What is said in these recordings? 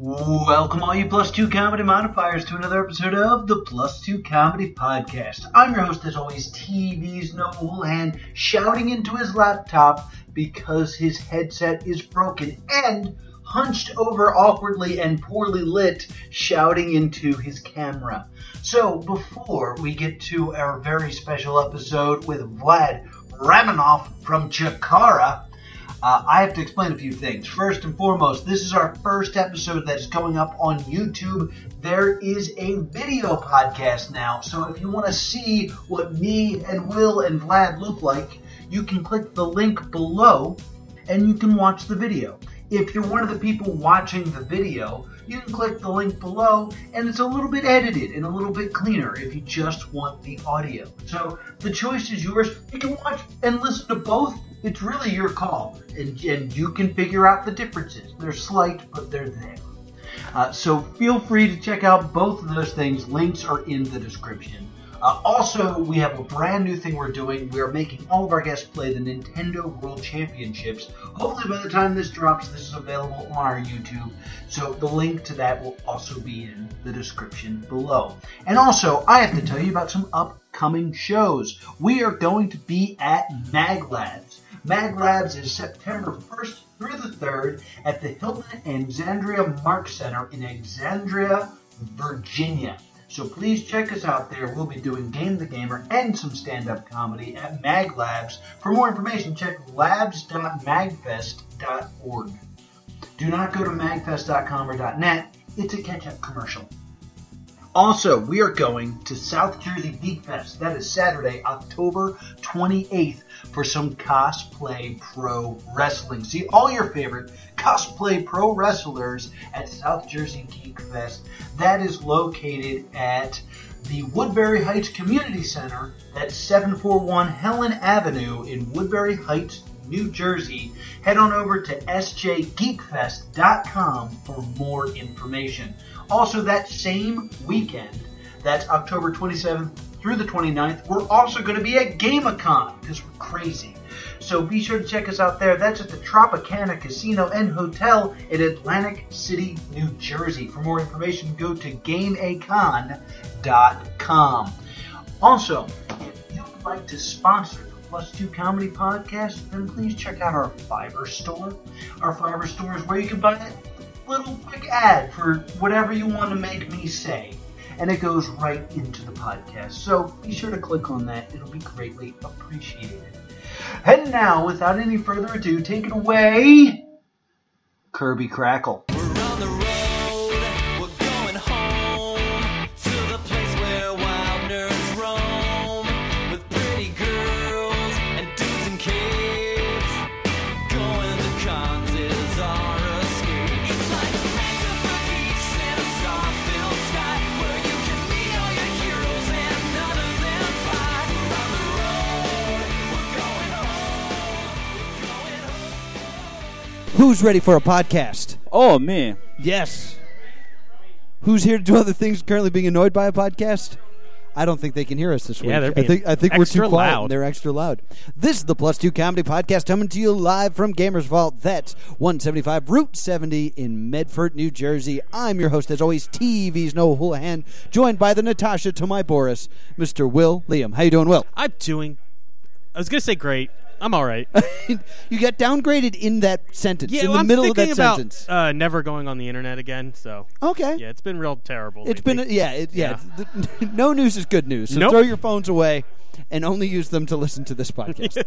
Welcome, all you plus two comedy modifiers, to another episode of the Plus Two Comedy Podcast. I'm your host, as always, TV's Noel Hand, shouting into his laptop because his headset is broken, and hunched over awkwardly and poorly lit, shouting into his camera. So, before we get to our very special episode with Vlad Ramanov from Chikara, uh, I have to explain a few things. First and foremost, this is our first episode that's going up on YouTube. There is a video podcast now, so if you want to see what me and Will and Vlad look like, you can click the link below and you can watch the video. If you're one of the people watching the video, you can click the link below and it's a little bit edited and a little bit cleaner if you just want the audio. So the choice is yours. You can watch and listen to both. It's really your call and, and you can figure out the differences. They're slight, but they're there. Uh, so feel free to check out both of those things. Links are in the description. Uh, also, we have a brand new thing we're doing. We are making all of our guests play the Nintendo World Championships. Hopefully, by the time this drops, this is available on our YouTube. So, the link to that will also be in the description below. And also, I have to tell you about some upcoming shows. We are going to be at MagLabs. Mag Labs is September 1st through the 3rd at the Hilton Alexandria Mark Center in Alexandria, Virginia. So please check us out there. We'll be doing Game the Gamer and some stand up comedy at Mag Labs. For more information, check labs.magfest.org. Do not go to magfest.com or .net. It's a catch up commercial. Also, we are going to South Jersey Geek Fest. That is Saturday, October 28th, for some cosplay pro wrestling. See all your favorite cosplay pro wrestlers at South Jersey Geek Fest. That is located at the Woodbury Heights Community Center at 741 Helen Avenue in Woodbury Heights, New Jersey. Head on over to sjgeekfest.com for more information. Also, that same weekend, that's October 27th through the 29th, we're also going to be at GameCon because we're crazy. So be sure to check us out there. That's at the Tropicana Casino and Hotel in Atlantic City, New Jersey. For more information, go to GameAcon.com. Also, if you'd like to sponsor Plus Two Comedy Podcast, then please check out our Fiverr store. Our Fiverr store is where you can buy that little quick ad for whatever you want to make me say. And it goes right into the podcast. So be sure to click on that. It'll be greatly appreciated. And now, without any further ado, take it away, Kirby Crackle. We're on the road, we're going home to the place where wild nerds roam with pretty girls and dudes in capes. Going to cons is our escape. It's like Mexico Beach and a star-filled sky where you can meet all your heroes and none of them fly. We're on the road, we're going home, we're going home. Who's ready for a podcast? Oh me. Yes. Who's here to do other things currently being annoyed by a podcast? I don't think they can hear us this week. Yeah, they're I think being I think we're too extra quiet. loud. And they're extra loud. This is the Plus Two Comedy Podcast coming to you live from Gamers Vault. That's 175 Route 70 in Medford, New Jersey. I'm your host, as always, TV's Noah Houlihan, joined by the Natasha to my Boris, Mr. Will Liam. How you doing, Will? I'm doing. I was gonna say great. I'm all right. you got downgraded in that sentence, Yeah, in well, the I'm middle of thinking that about sentence. uh, never going on the internet again. So Okay. yeah, it's been real terrible. It's lately. been yeah, it, yeah. Yeah. it's- the- no news is good news. So Nope. throw your phones away and only use them to listen to this podcast.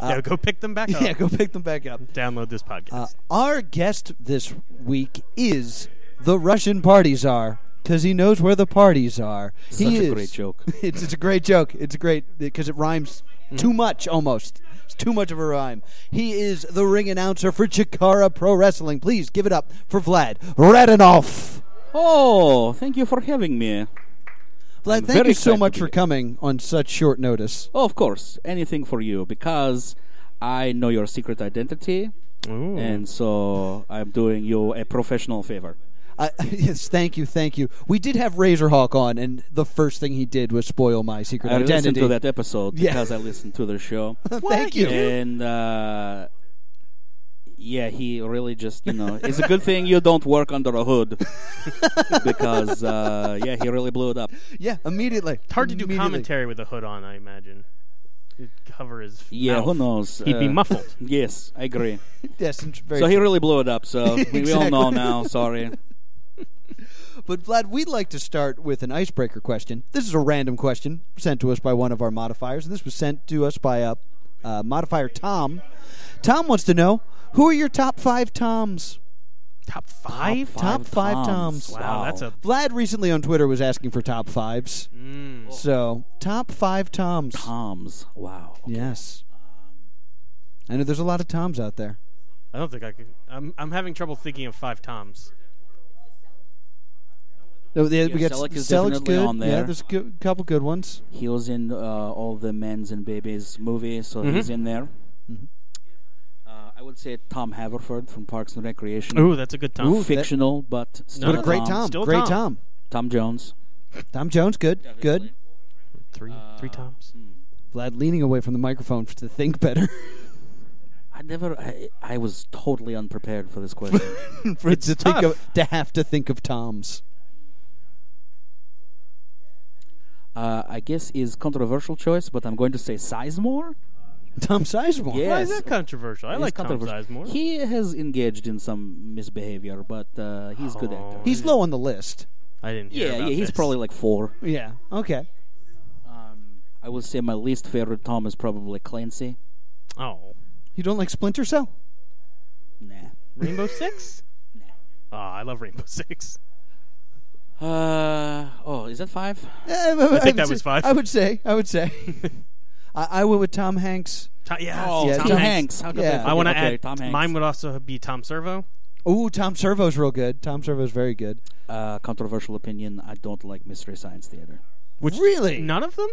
yeah, go pick them back up. uh, Oh. yeah, go pick them back up. Download this podcast. Uh, our guest this week is the Russian party czar because he knows where the parties are. Such a great joke. Mm-hmm. It's, it's a great joke. It's a great because it rhymes too much almost. It's too much of a rhyme. He is the ring announcer for Chikara Pro Wrestling. Please give it up for Vlad Radinoff. Oh, thank you for having me. Vlad, I'm thank very you so excited much to be for here. coming on such short notice. Oh, of course, anything for you because I know your secret identity, Ooh. and so I'm doing you a professional favor. I, yes, thank you, thank you. We did have Razorhawk on, and the first thing he did was spoil my secret I identity. listened to that episode Yeah. because I listened to the show, thank you. and uh, yeah, he really just, you know, it's a good thing you don't work under a hood because, uh, yeah, he really blew it up. Yeah, immediately. It's hard to do Immediately. commentary with a hood on, I imagine. It'd cover his. Yeah, mouth. who knows? He'd be Uh, muffled. Yes, I agree. Yes, and very So he really blew it up. So we, we all Exactly. know now. Sorry. But Vlad, we'd like to start with an icebreaker question. This is a random question sent to us by one of our modifiers. This was sent to us by uh, uh, modifier Tom. Tom wants to know who are your top five Toms. Top five. Top five Toms. Wow, that's a Vlad recently on Twitter was asking for top fives. Mm. So top five Toms. Toms. Wow. Yes. I know there's a lot of Toms out there. I don't think I could. I'm, I'm having trouble thinking of five toms. Oh, yeah, we Yeah, got Selleck is Selleck's definitely good. on Yeah, there. there's a good, couple good ones. He was in uh, all the men's and babies movies, so he's in there. Uh, I would say Tom Haverford from Parks and Recreation. Ooh, that's a good tom. Fictional, but still What a great Tom. Tom. Still great Tom. Tom Jones. Tom. Tom Jones, good, good. three, three toms. Vlad leaning away from the microphone to think better. I never. I, I was totally unprepared for this question. for it to think tough. of to have to think of Tom's. uh, I guess is controversial choice, but I'm going to say Sizemore. Tom Sizemore. Yeah. Why is Yes. that controversial? I It is like Tom controversial. Sizemore. He has engaged in some misbehavior, but uh, he's a good actor. Oh. He's low on the list. I didn't hear yeah, yeah, about he's this. probably like four. Yeah. Okay. I would say my least favorite Tom is probably Clancy. Oh, You don't like Splinter Cell? Nah. Rainbow Six. Oh, I love Rainbow Six. Uh oh, is that five? Eh, I, I think would that say- was five. I would say. I would say. I, I went with Tom Hanks. Tom, yes, Oh, Yeah, Tom, Tom Hanks. Hanks. How could Yeah. forget? I want to Okay, add. Tom Hanks. Mine would also be Tom Servo. Ooh, Tom Servo's real good. Tom Servo's very good. uh, controversial opinion. I don't like Mystery Science Theater. Which Really? none of them.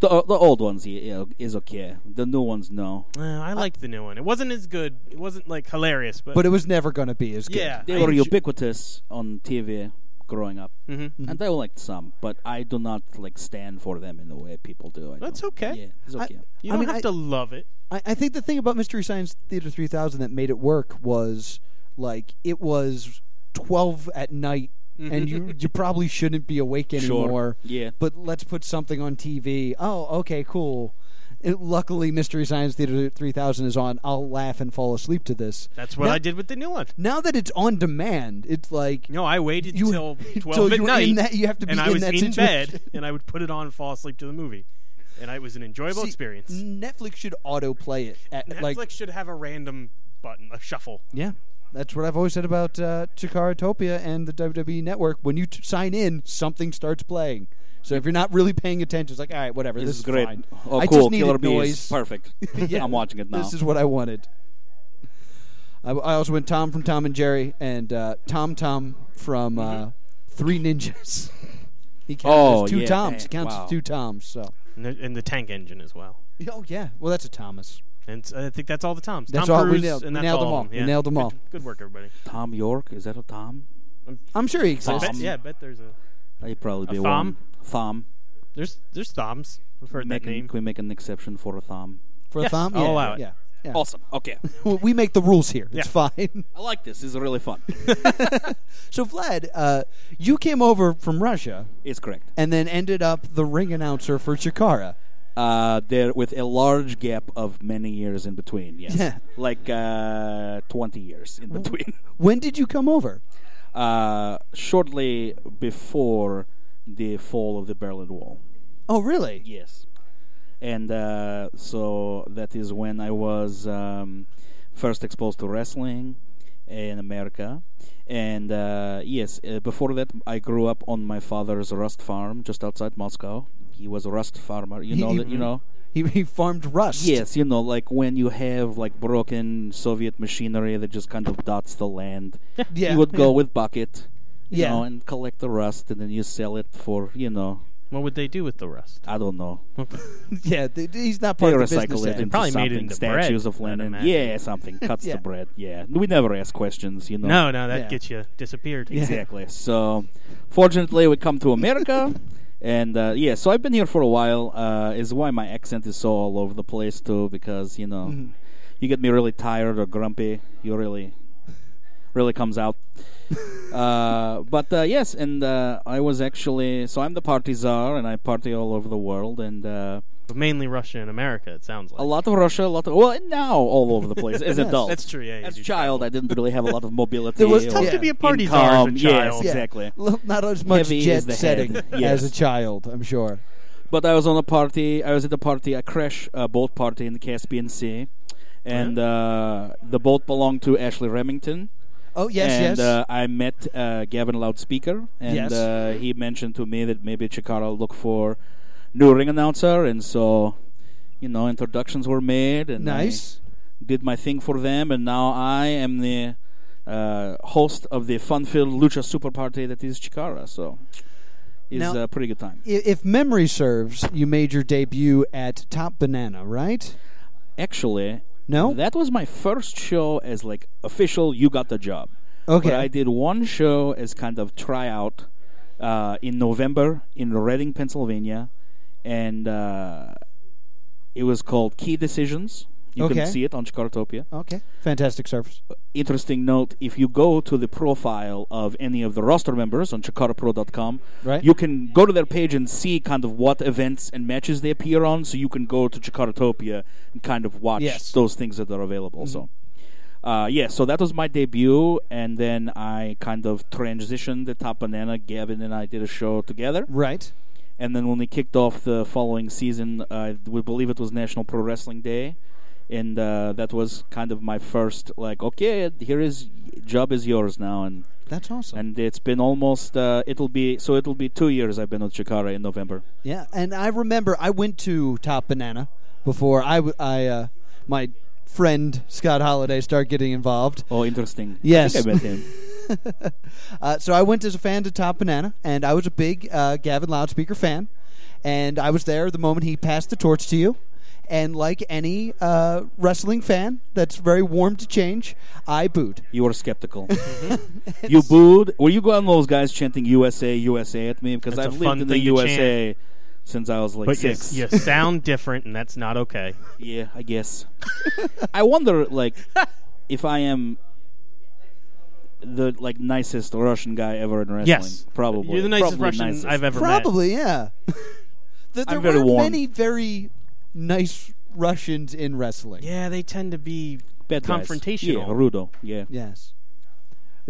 The uh, the old ones yeah, yeah, is okay. The new ones no. Uh, I liked the new one. It wasn't as good. It wasn't like hilarious, but, But it was never going to be as good. yeah, They I were enjoy- ubiquitous on TV growing up, mm-hmm. and I liked some, but I do not like stand for them in the way people do. I That's don't- okay. Yeah, it's I, okay. You I don't mean, have I- to love it. I, I think the thing about Mystery Science Theater 3000 that made it work was like it was 12 at night Mm-hmm. and you you probably shouldn't be awake Sure. anymore. Yeah. But let's put something on TV. Oh, okay, cool. It, luckily Mystery Science Theater 3000 is on. I'll laugh and fall asleep to this. That's what now, I did with the new one. Now that it's on demand, it's like No, I waited You- till till twelve you at were night. in that- you have to be and I in was that in bed, situation. and I would put it on, and fall asleep to the movie, and I- it was an enjoyable see, experience. Netflix should autoplay it at Netflix like should have a random button, a shuffle. Yeah, that's what I've always said about uh, Chikaratopia and the WWE Network. When you t- sign in, something starts playing. So if you're not really paying attention, it's like, all right, whatever. This, This, is great. fine. Oh, I cool. just needed Killer Bees. noise. Perfect. Yeah. I'm watching it now. This is what I wanted. I, I also went Tom from Tom and Jerry and uh, Tom Tom from uh, Three Ninjas. he counts Mm-hmm. Oh, as two yeah. Toms. He Hey, counts wow. as two Toms. So, And the, and the tank engine as well. oh yeah, well that's a Thomas. And s- I think that's all the Toms. That's Tom all we Cruise, nailed. and We that's nailed them all all. of We Yeah. nailed them all. Good, good work, everybody. Tom York. Is that a Tom? I'm sure he exists. Bet, yeah, I bet there's a He'd probably be Thom? one. Thom. there's there's Toms. I've heard Make that an- name. can we make an exception for a Thom? For Yes, a thumb, I'll yeah, allow it. yeah, yeah. Awesome. Okay. We- We make the rules here. It's Yeah. fine. I like this. This is really fun. So, Vlad, uh, you came over from Russia it's correct. and then ended up the ring announcer for Chikara. Uh, there with a large gap of many years in between. Yes, Yeah. like uh, twenty years in between. When did you come over? uh, shortly before the fall of the Berlin Wall. Oh, really? Yes, and uh, so that is when I was um, first exposed to wrestling in America. And uh, yes, uh, before that, I grew up on my father's rust farm just outside Moscow. He was a rust farmer. You He- know he- that. You know. He, he farmed rust. Yes, you know, like when you have like broken Soviet machinery that just kind of dots the land. Yeah, You would go yeah. with bucket, you Yeah. know, and collect the rust, and then you sell it for, you know, What would they do with the rust? I don't know. yeah. th- he's not They part of the recycle business. it end. into Probably made it something, into bread, statues I'd of Lenin. imagine. Yeah, something cuts Yeah. the bread. Yeah, we never ask questions, you know. No, no, that Yeah. gets you disappeared. Exactly. So, fortunately, we come to America, and uh, yeah. So Mm-hmm. I've been here for a while. Uh, is why my accent is so all over the place too, because you know, you get me really tired or grumpy, you really, really comes out. uh, but uh, yes, and uh, I was actually so I'm the party czar, and I party all over the world, and uh, But mainly Russia and America, it sounds like. a lot of Russia, a lot of well, now all over the place as adult. That's true, yeah. you As a do child, I didn't really have a lot of mobility. There was or travel. Tough Yeah. to be a party czar income. as a Yes, child. Yeah. exactly. L- Not as much Heavy jet is the head. setting as Yes. a child, I'm sure. But I was on a party. I was at a party, a crash uh, boat party in the Caspian Sea, and uh, the boat belonged to Ashley Remington. Oh yes, yes. and Uh, I met uh, Gavin Loudspeaker, and Yes. uh, he mentioned to me that maybe Chikara look for new ring announcer, and so you know introductions were made, and I nice. did my thing for them, and now I am the uh, host of the fun-filled Lucha Super Party that is Chikara. So. Is Now- a pretty good time. I- If memory serves, you made your debut at Top Banana, right? Actually, No. That was my first show as like official. You got the job. Okay. But I did one show as kind of tryout uh, in November in Reading, Pennsylvania, and uh, it was called Key Decisions. You Okay. can see it on Chikartopia. okay. Fantastic service. Interesting note: if you go to the profile of any of the roster members on ChikaraPro.com, Right. you can go to their page and see kind of what events and matches they appear on. So you can go to Chikaratopia and kind of watch Yes. Mm-hmm. those things that are available. So, uh, yeah, so that was my debut, and then I kind of transitioned the Top Banana. Gavin and I did a show together, Right. and then when we kicked off the following season, uh, we believe it was National Pro Wrestling Day, and uh, that was kind of my first like, okay, here is job is yours now, and That's awesome. and it's been almost uh, it'll be so it'll be two years I've been with Chikara in November. Yeah, and I remember I went to Top Banana before I, w- I, uh, my friend Scott Holiday started getting involved. Oh, interesting. Yes. I, think I met him. Uh, so I went as a fan to Top Banana, and I was a big uh, Gavin Loudspeaker fan. And I was there the moment he passed the torch to you. And like any uh, wrestling fan that's very warm to change, I booed. You were skeptical. you booed. Were you one of those guys chanting USA USA at me because That's a I've fun lived in the thing to chant. USA since I was like But you, six. you sound different, and that's not okay. Yeah, I guess. I wonder, like, if I am the like nicest Russian guy ever in wrestling. Yes. probably. You're the nicest Probably Russian nicest. I've ever met. Probably, yeah. there there I'm very were warm. many very nice Russians in wrestling. Yeah, they tend to be Bad guys. confrontational. Yeah, Rudo. Yeah. Yes.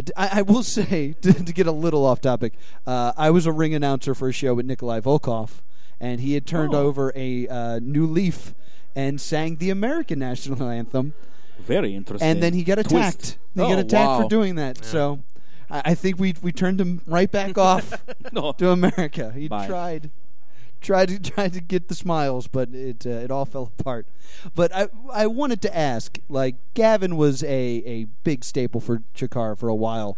D- I, I will say, to, to get a little off topic, uh, I was a ring announcer for a show with Nikolai Volkov, and he had turned Oh. over a uh, new leaf and sang the American national anthem, Very interesting. and then he got Twist. attacked. He Oh, got attacked wow. for doing that. So I, I think we we turned him right back off No. to America. He Bye. tried. Tried to tried to get the smiles, but it uh, it all fell apart. But I I wanted to ask, like Gavin was a, a big staple for Chikara for a while.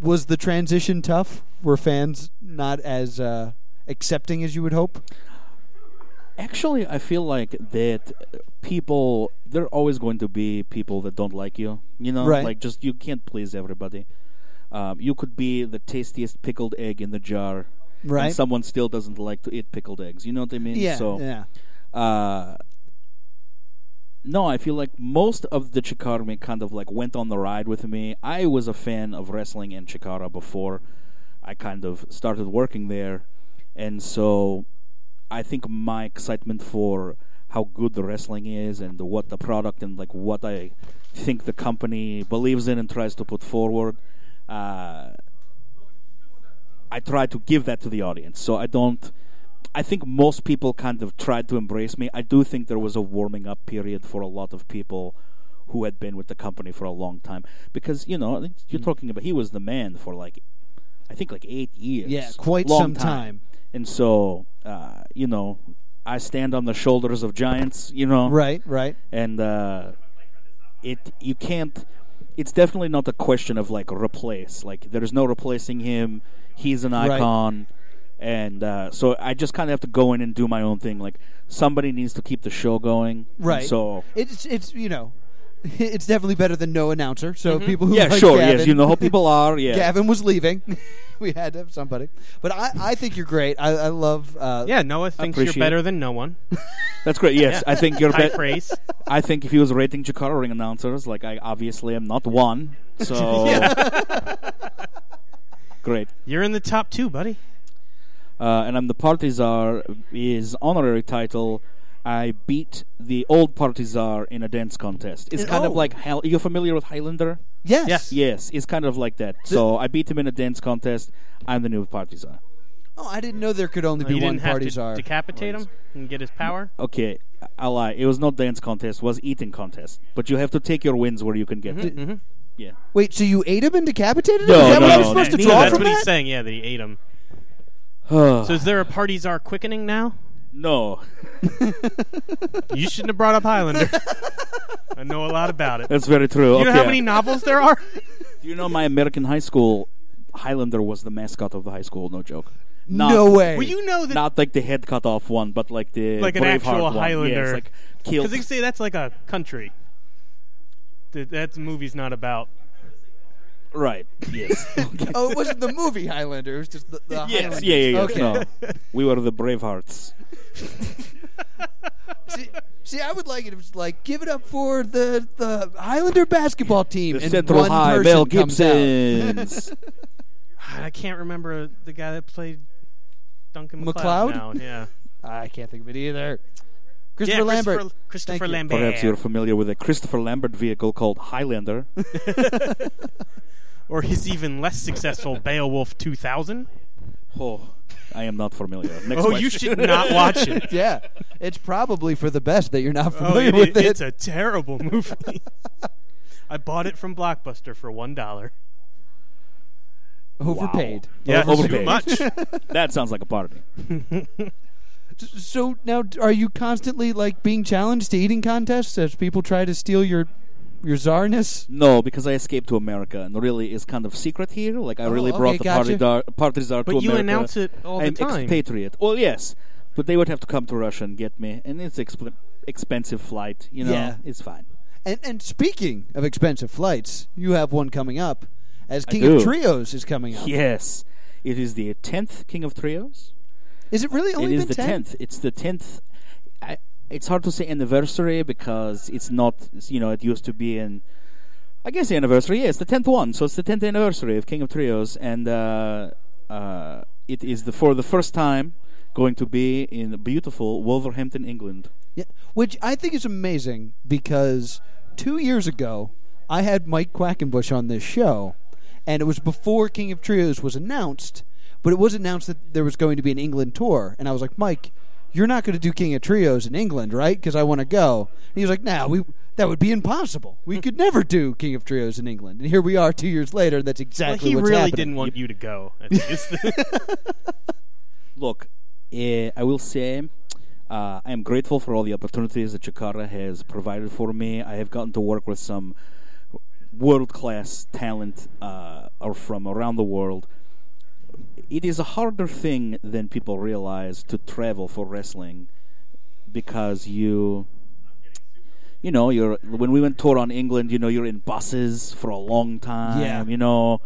Was the transition tough? Were fans not as uh, accepting as you would hope? Actually, I feel like that uh, people there are always going to be people that don't like you. You know, Right. like just you can't please everybody. Um, you could be the tastiest pickled egg in the jar, Right. And someone still doesn't like to eat pickled eggs. You know what I mean? Yeah, So, yeah, uh, no, I feel like most of the Chikara kind of like went on the ride with me. I was a fan of wrestling and Chikara before I kind of started working there, and so I think my excitement for how good the wrestling is and what the product and like what I think the company believes in and tries to put forward. Uh, I try to give that to the audience. So I don't. I think most people kind of tried to embrace me. I do think there was a warming up period for a lot of people who had been with the company for a long time because you know you're Mm. talking about he was the man for like I think like eight years. Yeah, quite Long some time. And so uh, you know, I stand on the shoulders of giants. You know, right, right. and uh, it you can't. It's definitely not a question of like replace. Like there's no replacing him. He's an Right. icon, and uh, so I just kind of have to go in and do my own thing. Like somebody needs to keep the show going. and Right. So it's it's you know, it's definitely better than no announcer. So people who Mm-hmm. yeah, like sure. Gavin, Yes, you know how people are. Yeah. Gavin was leaving. we had to have somebody. But I, I think you're great. I, I love. Uh, Yeah, Noah thinks you're Appreciate better it. than no one. That's great. Yes, I think you're High better. praise. I think if he was rating Chikara ring announcers, like I obviously am not one, so great. You're in the top two, buddy. Uh, and I'm the Partizar is honorary title. I beat the old Partizar in a dance contest. It's In- kind oh. of like High- you're familiar with Highlander. Yes. Yes. Yes, it's kind of like that. So I beat him in a dance contest. I'm the new Partizar. Oh, I didn't know there could only be you one didn't have to Partizar. decapitate him and get his Mm-hmm. power. Okay, I lie. It was not dance contest. It was eating contest. But you have to take your wins where you can get Mm-hmm. Mm-hmm. it. Yeah. Wait, so you ate him and decapitated him? Is No, that what no, I'm no, supposed to Neither, draw that's from what that? he's saying. Yeah, that he ate him. So is there a Partizar quickening now? no, You shouldn't have brought up Highlander. I know a lot about it. that's very true. You know okay. how many novels there are? Do you know my American high school Highlander was the mascot of the high school? No joke. Not, No way. Well, you know that Not like the head cut off one, but like the Like an Braveheart actual one. Yeah, Highlander. it's like because they killed. say that's like a country. That, that movie's not about. Right. Yes. Okay. Oh, it wasn't the movie Highlander. It was just the, the yes. Highlander. Yeah. Yeah. Yes. Okay. No. We were the Bravehearts. See, see, I would like it if it's like, give it up for the, the Highlander basketball team. The and Central one High person Mel comes out. Gibson's. I can't remember the guy that played Duncan MacLeod? McLeod. now. Yeah, I can't think of it either. yeah, Christopher Lambert. Thank Christopher you. Lambert. Perhaps you're familiar with a Christopher Lambert vehicle called Highlander. or his even less successful Beowulf 2000. oh, I am not familiar. Next Oh, you question. should not watch it. Yeah, it's probably for the best that you're not Oh, familiar it, with it. it's a terrible movie. I bought it from Blockbuster for one dollar. Overpaid. overpaid. much. That sounds like a party. So now, d- are you constantly like being challenged to eating contests as people try to steal your your czarness? No, because I escaped to America and really is kind of secret here. Like I really okay, brought the gotcha. partizar, partizar to Oh, But you America. announce it all the I'm time. expatriate. Well, yes, but they would have to come to Russia and get me, and it's exp- expensive flight. You know, Yeah. it's fine. And and speaking of expensive flights, you have one coming up, as King do. of Trios is coming up. Yes, it is the tenth King of Trios. Is it really only it is been the 10? tenth. It's the tenth. I, it's hard to say anniversary because it's not. it's, You know, it used to be in. I guess the anniversary. Yeah, it's the tenth one. So it's the tenth anniversary of King of Trios, and uh, uh, it is the for the first time going to be in beautiful Wolverhampton, England. Yeah, which I think is amazing because two years ago I had Mike Quackenbush on this show, and it was before King of Trios was announced, but it was announced that there was going to be an England tour, and I was like, Mike, you're not going to do King of Trios in England, right? Because I want to go. And he was like, Nah, we that would be impossible. We could never do King of Trios in England, and here we are two years later. And that's Well, exactly he what's really happening. didn't want you to go. I think it's the- Look, eh, I will say uh, I am grateful for all the opportunities that Jakarta has provided for me. I have gotten to work with some world class talent uh, or from around the world. It is a harder thing than people realize to travel for wrestling because you you know you're when we went tour on England you know you're in buses for a long time Yeah. you know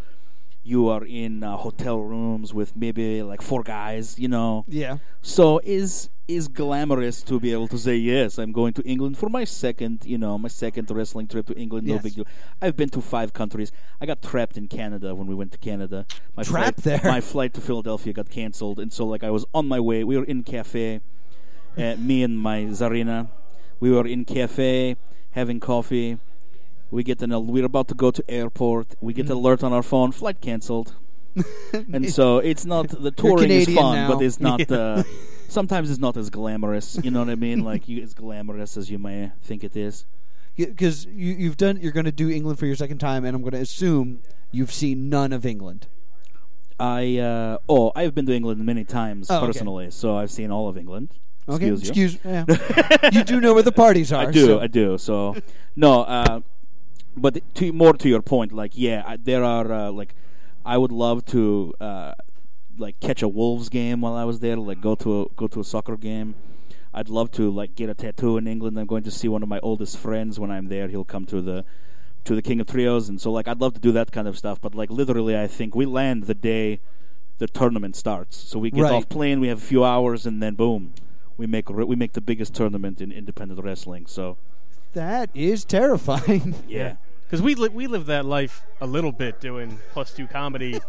you are in uh, hotel rooms with maybe like four guys you know Yeah. so is is glamorous to be able to say yes i'm going to england for my second you know my second wrestling trip to england no Yes. big deal i've been to five countries i got trapped in canada when we went to canada my Trapped flight, there? my flight to philadelphia got canceled and so like i was on my way we were in cafe uh, me and my zarina we were in cafe having coffee we get an al- we're about to go to airport we Mm-hmm. get alert on our phone flight canceled and so it's not the touring is Canadian fun now. but it's not uh, sometimes it's not as glamorous you know what i mean like you, as glamorous as you may think it is because you, you've done you're going to do England for your second time, and I'm going to assume you've seen none of England. i uh, oh i've been to england many times Oh, okay. personally so i've seen all of england Okay, excuse you yeah. you do know where the parties are. I do, so- I do. So, no, uh, but to more to your point, like yeah, I, there are uh, like I would love to uh, like catch a Wolves game while I was there, like go to a, go to a soccer game. I'd love to like get a tattoo in England. I'm going to see one of my oldest friends when I'm there. He'll come to the to the King of Trios, and so like I'd love to do that kind of stuff. But like literally, I think we land the day the tournament starts. So we get Right. off plane, we have a few hours, and then boom, we make re- we make the biggest tournament in independent wrestling. So That is terrifying. Yeah. Because we li- we live that life a little bit doing plus two comedy.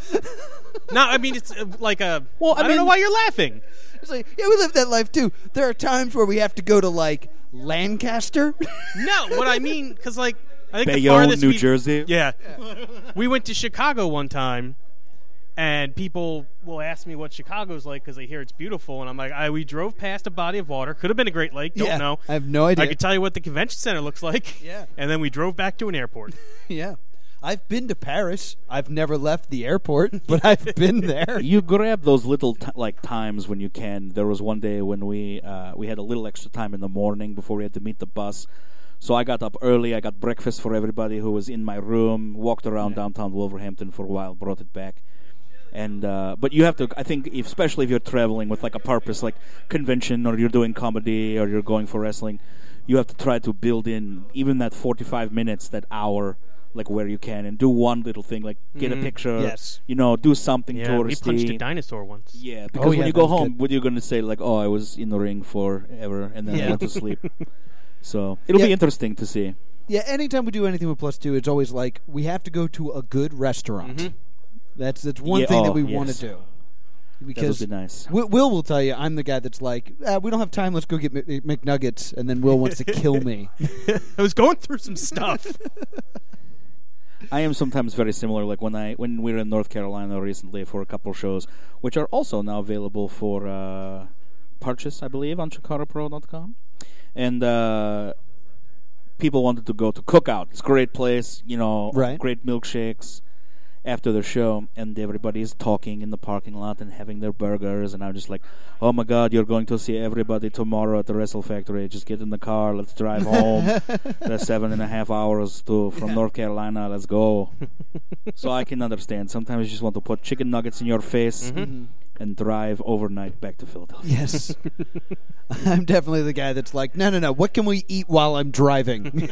no, I mean it's uh, like a. Well, I I, don't know mean- why you're laughing. It's like, yeah, we live that life too. There are times where we have to go to like Lancaster. No, what I mean because like I think the Bayonne, farthest New we- Jersey. Yeah, we went to Chicago one time, and people will ask me what Chicago's like because they hear it's beautiful, and I'm like, I we drove past a body of water. Could have been a Great Lake. Don't Yeah, know. I have no idea. I could tell you what the convention center looks like. Yeah. And then we drove back to an airport. yeah. I've been to Paris. I've never left the airport, but I've been there. You grab those little t- like times when you can. There was one day when we uh, we had a little extra time in the morning before we had to meet the bus. So I got up early. I got breakfast for everybody who was in my room. Walked around downtown Wolverhampton for a while. Brought it back. And uh, but you have to. I think if, especially if you're traveling with like a purpose, like convention, or you're doing comedy, or you're going for wrestling, you have to try to build in even that 45 minutes, that hour, like where you can, and do one little thing, like get a picture. Yes. You know, do something Yeah, touristy. we punched a dinosaur once. Yeah, because Oh, yeah, when you that go was home, good. what are you going to say? Like, oh, I was in the ring forever, and then Yeah. I went to sleep. so it'll be Yeah. interesting to see. Yeah, anytime we do anything with plus two, it's always like we have to go to a good restaurant. That's that's one Mm-hmm. Yeah, thing that oh, we want yes. to do. That would Because be nice. Wi- Will will tell you I'm the guy that's like ah, we don't have time. Let's go get Mc- McNuggets, and then Will wants to kill me. I was going through some stuff. I am sometimes very similar. Like when I when we were in North Carolina recently for a couple shows, which are also now available for uh, purchase, I believe, on ChicagoPro.com. And uh, people wanted to go to Cookout. It's a great place, you know, Right. great milkshakes after the show, and everybody is talking in the parking lot and having their burgers. And I'm just like, oh my God, you're going to see everybody tomorrow at the Wrestle Factory. Just get in the car, let's drive home. That's seven and a half hours to from North Carolina. Let's go. so I can understand. Sometimes you just want to put chicken nuggets in your face. And drive overnight back to Philadelphia. Mm-hmm. Yes. I'm definitely the guy that's like, no, no, no. What can we eat while I'm driving?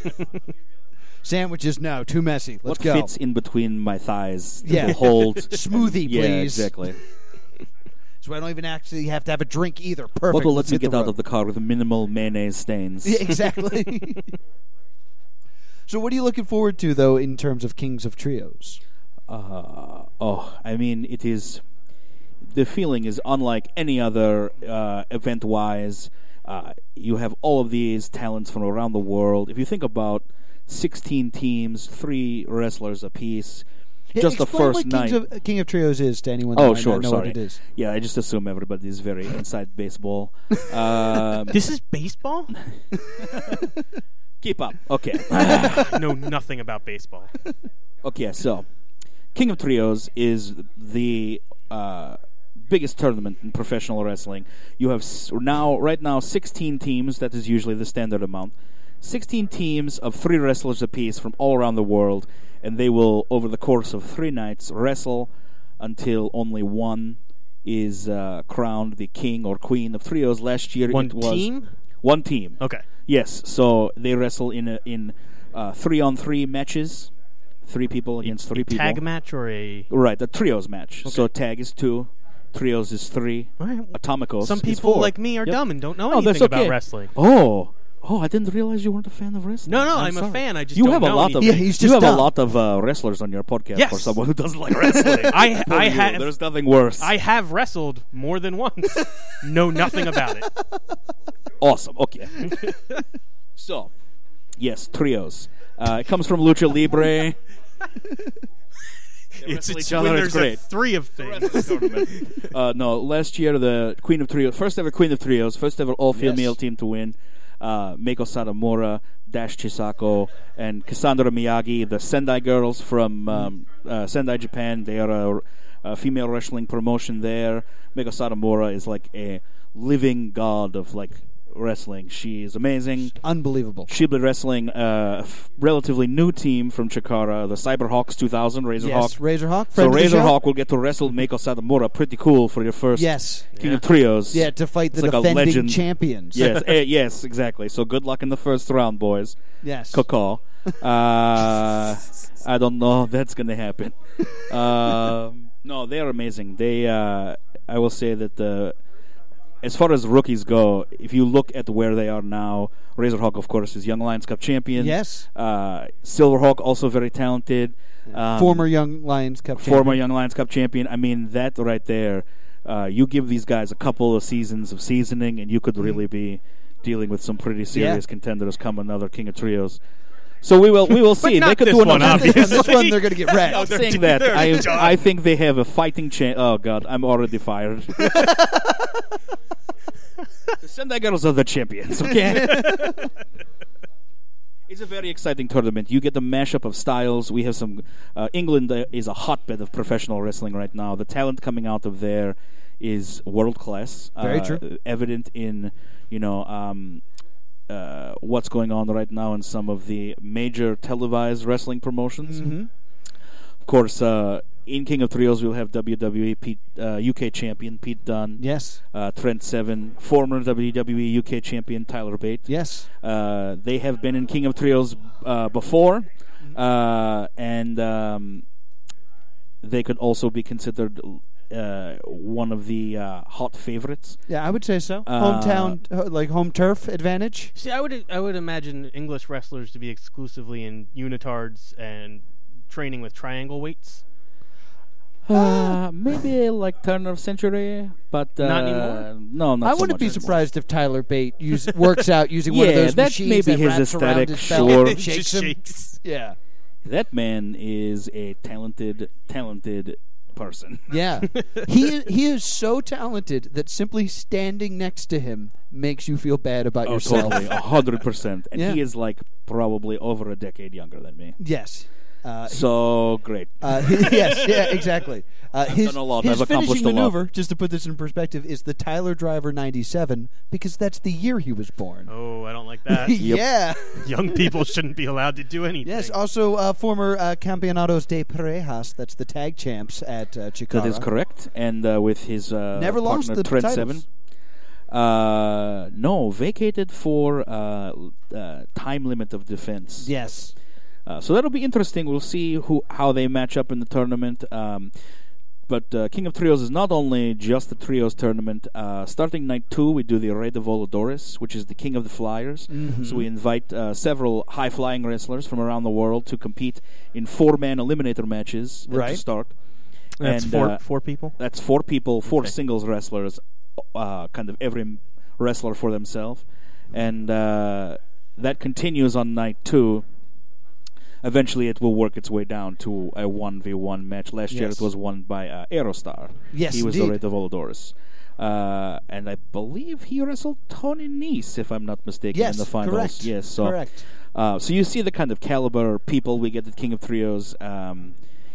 Sandwiches, no. Too messy. Let's what go. fits in between my thighs? that Yeah. will hold Smoothie, Yeah, please. exactly. So I don't even actually have to have a drink either. Perfect. What will let Let's you hit get out road. of the car with minimal mayonnaise stains? Yeah, exactly. so what are you looking forward to, though, in terms of Kings of Trios? uh, oh, I mean, it is. The feeling is unlike any other uh, event wise. Uh, you have all of these talents from around the world. If you think about 16 teams, three wrestlers apiece, Yeah, just the explain first what night. Kings of, King of Trios is to anyone that oh, might sure, not know sorry. what it is. Yeah, I just assume everybody is very inside baseball. Um, this is baseball? keep up. Okay. I know nothing about baseball. Okay, so King of Trios is the uh, biggest tournament in professional wrestling. You have s- now, right now, 16 teams. That is usually the standard amount. 16 teams of three wrestlers apiece from all around the world, and they will, over the course of three nights, wrestle until only one is uh, crowned the king or queen of trios. Last year, One it was team? One team. Okay. Yes, so they wrestle in a, in uh, three on three matches, three people against three people. Tag match or a. Right, the trios match. So tag is two, trios is three, All right. atomicos. Some is people four. like me are Yep. dumb and don't know No, anything that's okay. about wrestling. Oh, oh, I didn't realize you weren't a fan of wrestling. No, no, I'm, I'm a sorry. fan, I just you don't have a know lot of anything. Yeah, he's you just have dumb. a lot of uh, wrestlers on your podcast for Yes. someone who doesn't like wrestling. I I You, have there's nothing worse. I have wrestled more than once. know nothing about it. Awesome. Okay. so, yes, trios. Uh, it comes from Lucha Libre. It's, wrestle it's each other, when it's there's a great. three of things. uh, no, last year the Queen of Trios, first ever Queen of Trios, first ever all female team to win. Uh, Meiko Satomura, Dash Chisako, and Cassandra Miyagi, the Sendai girls from um, uh, Sendai, Japan. They are a, a female wrestling promotion there. Meiko Satomura is like a living god of like wrestling. She is amazing. Unbelievable. Shibli Wrestling, uh, f- relatively new team from Chikara, the Cyberhawks 2000, Razorhawk. Yes, Razorhawk. So friend of the show. Razorhawk will get to wrestle Mako Satomura. Pretty cool for your first Yes. King of Trios. Yeah, to fight the It's like a defending legend. champions. yes, eh, yes, exactly. So good luck in the first round, boys. Yes. Coco. Uh, I don't know if that's going to happen. Um no, they are amazing. They, uh, I will say that the as far as rookies go, if you look at where they are now, Razorhawk, of course, is Young Lions Cup champion. Yes. Uh, Silverhawk, also very talented. Um, former Young Lions Cup former champion. Young Lions Cup champion. I mean, that right there, uh, you give these guys a couple of seasons of seasoning, and you Mm-hmm. could really be dealing with some pretty serious contenders come another King of Trios. So we will we will see. not they could this do one, another. obviously. On this one, they're going to get wrecked. No, I'm they're- saying that they're I done. I think they have a fighting chance. Oh God, I'm already fired. the Sendai Girls are the champions. Okay. It's a very exciting tournament. You get the mashup of styles. We have some. Uh, England uh, is a hotbed of professional wrestling right now. The talent coming out of there is world class. Very uh, true. Evident in you know um, uh, what's going on right now in some of the major televised wrestling promotions. Mm-hmm. Of course, uh, in King of Trios, we'll have WWE Pete, uh, UK champion Pete Dunne. Yes. Uh, Trent Seven, former WWE UK champion Tyler Bate. Yes. Uh, they have been in King of Trios uh, before, uh, and um, they could also be considered uh, one of the uh, hot favorites. Yeah, I would say so. Uh, Hometown, uh, like home turf advantage. See, I would I would imagine English wrestlers to be exclusively in unitards and training with triangle weights. Uh, maybe like turn of century, but uh, Not anymore? No, not I so wouldn't much be anymore. surprised if Tyler Bate use, works out using one of Yeah, those that machines may be that his wraps around aesthetic, his belt sure. and shakes Just him. shakes. Yeah. That man is a talented, talented person. Yeah. he is, he is so talented that simply standing next to him makes you feel bad about Oh, yourself. totally, a hundred percent, and Yeah. he is like probably over a decade younger than me. Yes. Uh, So great. Uh, yes, yeah, exactly. Uh, his done a lot. his I've accomplished finishing a lot. maneuver, just to put this in perspective, is the Tyler Driver '97 because that's the year he was born. Oh, I don't like that. yeah. Young people shouldn't be allowed to do anything. Yes. Also, uh, former uh, Campeonatos de Parejas. That's the tag champs at uh, Chicago. That is correct. And uh, with his uh, Never partner, lost the Trent titles. Seven. Uh, no, vacated for uh, l- uh, time limit of defense. Yes. Uh, so that'll be interesting. We'll see who how they match up in the tournament. Um, but uh, King of Trios is not only just a trios tournament. Uh, starting night two, we do the Rey de Voladores, which is the King of the Flyers. Mm-hmm. So we invite uh, several high flying wrestlers from around the world to compete in four man eliminator matches uh, to Right. start. that's And, four uh, four people. that's four people, four singles wrestlers, uh, kind of every wrestler for themselves, and uh, that continues on night two. Eventually, it will work its way down to a one v one match. Last year, Yes. it was won by uh, Aerostar. Yes, he was the indeed. Red of Voladores. Uh, and I believe he wrestled Tony Nese, if I'm not mistaken, Yes, in the finals. correct. Yes, so Correct. uh, so you see the kind of caliber of people we get at King of Trios. Um,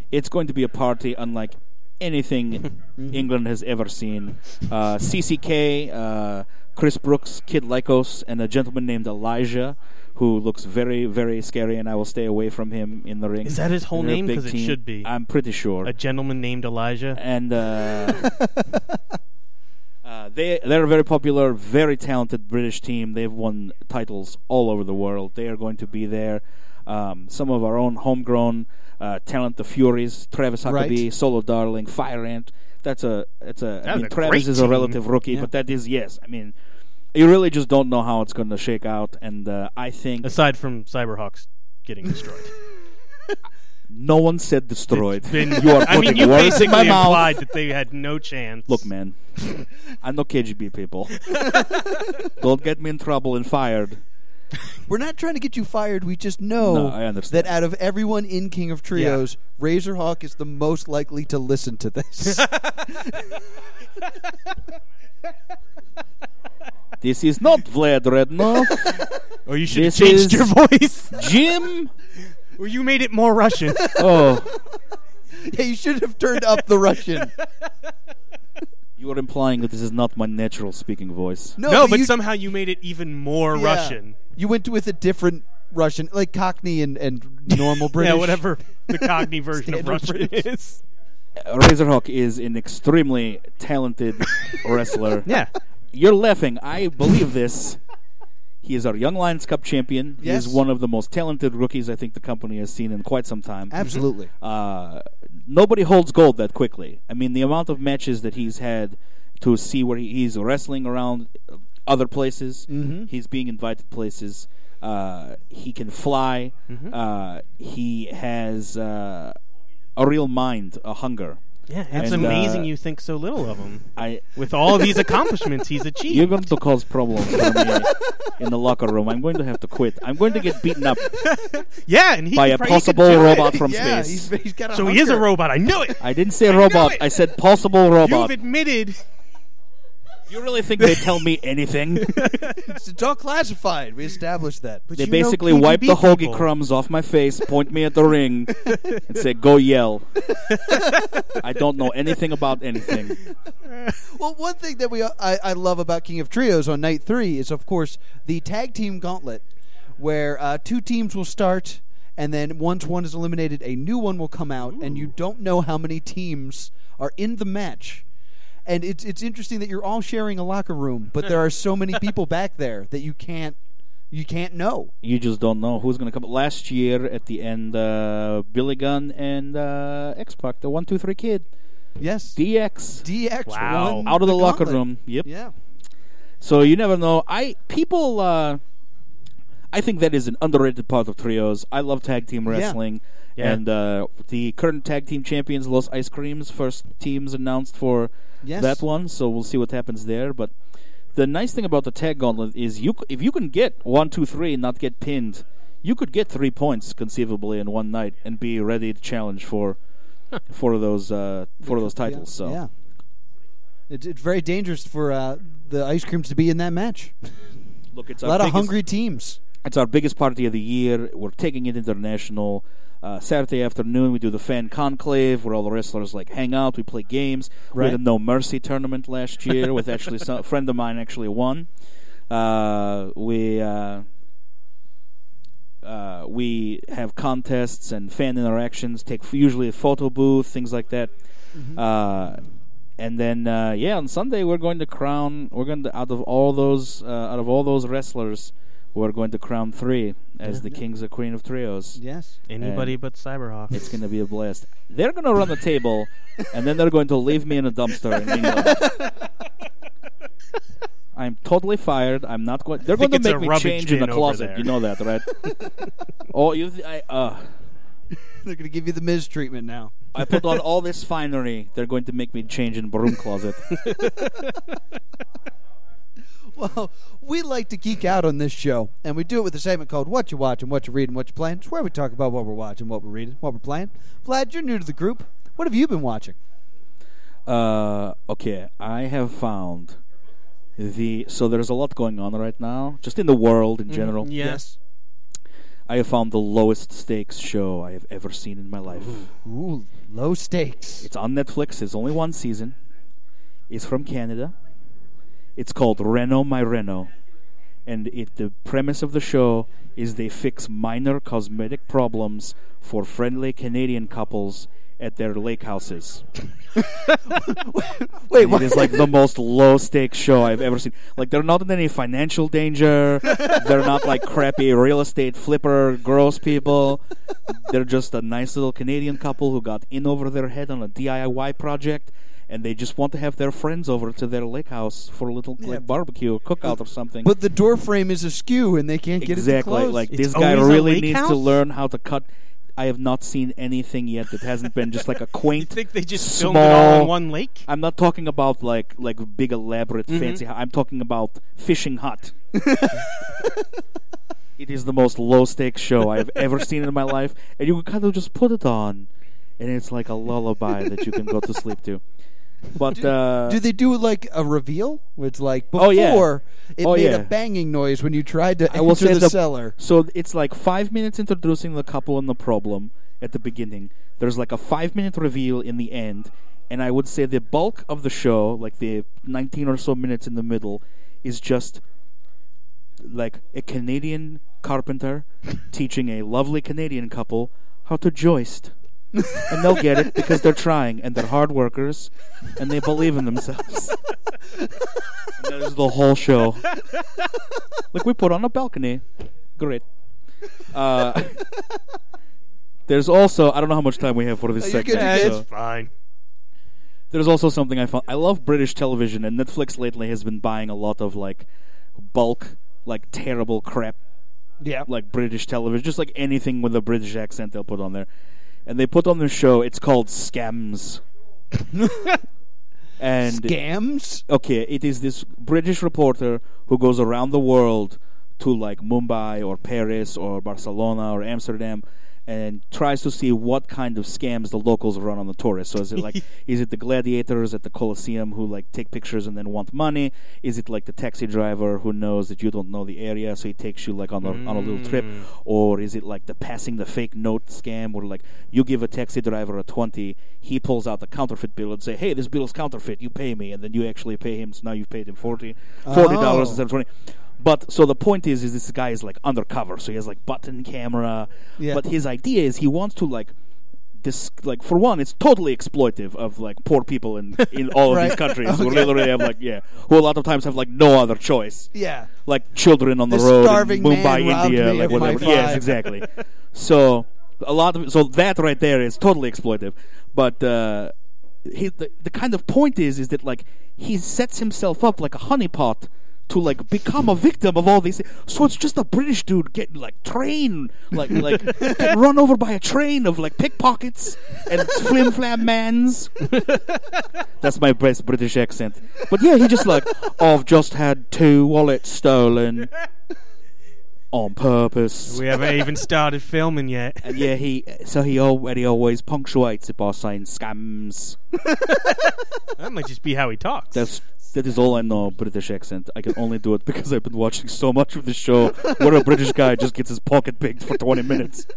it's going to be a party unlike anything Mm-hmm. England has ever seen. Uh, CCK, uh, Chris Brooks, Kid Lycos, and a gentleman named Elijah, who looks very, very scary, and I will stay away from him in the ring. Is that his whole They're a name? big 'Cause it team. should be. I'm pretty sure. A gentleman named Elijah. and uh, uh, they they're a very popular, very talented British team. They've won titles all over the world. They are going to be there. Um, some of our own homegrown uh, talent, the Furies, Travis Right. Huckabee, Solo Darling, Fire Ant. That's a that's a. I That was mean, a Travis great is a team. relative rookie, Yeah. but that is yes. I mean, you really just don't know how it's going to shake out, and uh, I think Aside from Cyberhawks getting destroyed. no one said destroyed. Then you are putting I mean, you words basically in my mouth. implied that they had no chance. Look, man, I'm no KGB people. Don't get me in trouble and fired. We're not trying to get you fired. We just know No, I understand. that out of everyone in King of Trios, Razorhawk is the most likely to listen to this. This is not Vlad Rednov, Or you should have This changed is- your voice. Jim. or you made it more Russian. Oh, yeah, you should have turned up the Russian. you are implying that this is not my natural speaking voice. No, no, but you, somehow you made it even more Yeah. Russian. You went with a different Russian, like Cockney and, and normal British. Yeah, whatever the Cogni version of Standard Russian British. is. Razorhawk is an extremely talented wrestler. Yeah. You're laughing. I believe this. He is our Young Lions Cup champion. He is Yes. one of the most talented rookies I think the company has seen in quite some time. Absolutely. Um, uh, nobody holds gold that quickly. I mean, the amount of matches that he's had to see where he, he's wrestling around uh, other places. Mm-hmm. He's being invited places. Uh, he can fly. Mm-hmm. Uh, he has uh, a real mind, a hunger. Yeah, it's And, uh, amazing you think so little of him. I With all these accomplishments he's achieved. You're going to cause problems for me in the locker room. I'm going to have to quit. I'm going to get beaten up yeah, and he by could probably- he a could possible do it. robot from yeah, space. he's- he's got a So he is a hunger. robot. I knew it. I didn't say knew robot. it! I said possible You've robot. admitted. You really think they tell me anything? It's all classified. We established that. But they you know basically KGB wipe the hoagie people. crumbs off my face, point me at the ring, and say, "Go yell." I don't know anything about anything. Well, one thing that we uh, I, I love about King of Trios on night three is, of course, the tag team gauntlet, where uh, two teams will start, and then once one is eliminated, a new one will come out, and you don't know how many teams are in the match. And it's it's interesting that you're all sharing a locker room, but there are so many people back there that you can't you can't know. You just don't know who's going to come. Last year at the end, uh, Billy Gunn and uh, X Pac, the one, two, three kid, Yes, DX, DX Wow. won out of the, locker gauntlet. room. Yep. Yeah. So you never know. I people. Uh, I think that is an underrated part of trios. I love tag team wrestling, Yeah. and uh, the current tag team champions, Los Ice Creams, first teams announced for Yes. that one. So we'll see what happens there. But the nice thing about the tag gauntlet is you c- if you can get one, two, three, and not get pinned, you could get three points conceivably in one night and be ready to challenge for for those uh, for those titles. Yeah. So yeah. It's, it's very dangerous for uh, the ice creams to be in that match. look, it's A our lot of biggest- hungry teams. It's our biggest party of the year. We're taking it international. Uh, Saturday afternoon, we do the fan conclave where all the wrestlers like hang out. We play games. We had Right. a No Mercy tournament last year with actually some, a friend of mine actually won. Uh, we uh, uh, we have contests and fan interactions. Take f- usually a photo booth, things like that. Mm-hmm. Uh, and then uh, yeah, on Sunday we're going to crown. We're going to out of all those uh, out of all those wrestlers, we're going to crown three as the kings or queen of trios. Yes. Anybody but Cyberhawk. It's going to be a blast. They're going to run the table, and then they're going to leave me in a dumpster in England. I'm totally fired. I'm not going. They're think going to it's a make me rubbish change in a bin over closet. there. You know that, right? oh, you. Th- I, uh, They're going to give you the Miz treatment now. I put on all this finery. They're going to make me change in broom closet. Well, we like to geek out on this show, and we do it with a segment called What You Watching, What You Reading, What You Playing. It's where we talk about what we're watching, what we're reading, what we're playing. Vlad, you're new to the group. What have you been watching? Uh, okay, I have found the so there's a lot going on right now, just in the world in general. yes. I have found the lowest stakes show I have ever seen in my life. Ooh, low stakes. It's on Netflix. It's only one season. It's from Canada. It's called Reno My Reno, and it the premise of the show is they fix minor cosmetic problems for friendly Canadian couples at their lake houses. Wait, It what? is like the most low stakes show I've ever seen. Like they're not in any financial danger. they're not like crappy real estate flipper gross people. They're just a nice little Canadian couple who got in over their head on a DIY project and they just want to have their friends over to their lake house for a little like barbecue or cookout or something. But the door frame is askew, and they can't get it to exactly. close. Like It's this guy always a really lake needs to house? learn how to cut I have not seen anything yet that hasn't been just like a You quaint think they just small filmed it all on one lake? I'm not talking about like like big elaborate Mm-hmm. fancy. hut. I'm talking about fishing hut. it is the most low stakes show I've ever seen in my life, and you can kind of just put it on, and it's like a lullaby that you can go to sleep to. But uh, do they do like a reveal? It's like before Oh, yeah. it Oh, made yeah. a banging noise when you tried to I will enter say the, the- cellar. So it's like five minutes introducing the couple and the problem at the beginning. There's like a five minute reveal in the end, and I would say the bulk of the show, like the 19 or so minutes in the middle, is just like a Canadian carpenter teaching a lovely Canadian couple how to joist. and they'll get it because they're trying and they're hard workers and they believe in themselves. And that is the whole show. Like we put on a balcony. Great. Uh, there's also I don't know how much time we have for this You're segment. good, you're so- Fine. There's also something I found. I love British television, and Netflix lately has been buying a lot of like bulk, like terrible crap Yeah. like British television, just like anything with a British accent they'll put on there. And they put on the show. It's called Scams. and Scams? okay, it is this British reporter who goes around the world to like Mumbai or Paris or Barcelona or Amsterdam and tries to see what kind of scams the locals run on the tourists. So is it like is it the gladiators at the Colosseum who like take pictures and then want money? Is it like the taxi driver who knows that you don't know the area so he takes you like on a on a little trip? Or is it like the passing the fake note scam where like you give a taxi driver a twenty, he pulls out the counterfeit bill and say, Hey, this bill is counterfeit, you pay me and then you actually pay him, so now you've paid him forty forty dollars Oh. instead of twenty. But so the point is, is this guy is like undercover, so he has like button camera. Yeah. But his idea is he wants to like this like for one, it's totally exploitive of like poor people in in all of these Right. countries who literally have like yeah, who a lot of times have like no other choice Yeah. like children on the This road starving in Mumbai, man robbed India, me like of my whatever. Yes, five. exactly. so a lot of so that right there is totally exploitive, but uh, he, the the kind of point is is that like he sets himself up like a honeypot to like become a victim of all these. thi- So it's just a British dude getting like train like like getting run over by a train of like pickpockets and flim flam mans. That's my best British accent. But yeah, he just like, I've just had two wallets stolen on purpose. We haven't even started filming yet. And yeah, he so he already always punctuates it by saying scams. That might just be how he talks. That's that is all I know of British accent. I can only do it because I've been watching so much of the show where a British guy just gets his pocket picked for twenty minutes.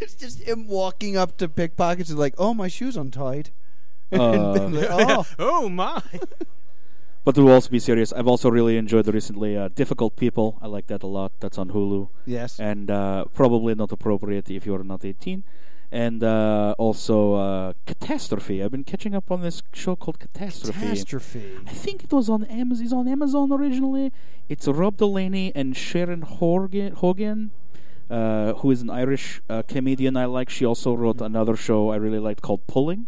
It's just him walking up to pickpockets and like, oh, my shoe's untied. Uh, Like, oh, oh my! but to also be serious, I've also really enjoyed the recently uh, difficult people. I like that a lot. That's on Hulu. yes. and uh, probably not appropriate if you're not 18. And uh, also uh, Catastrophe. I've been catching up on this show called Catastrophe. Catastrophe. I think it was on Amazon. It's on Amazon originally. It's Rob Delaney and Sharon Horgan, Hogan, uh, who is an Irish uh, comedian I like. She also wrote another show I really liked called Pulling,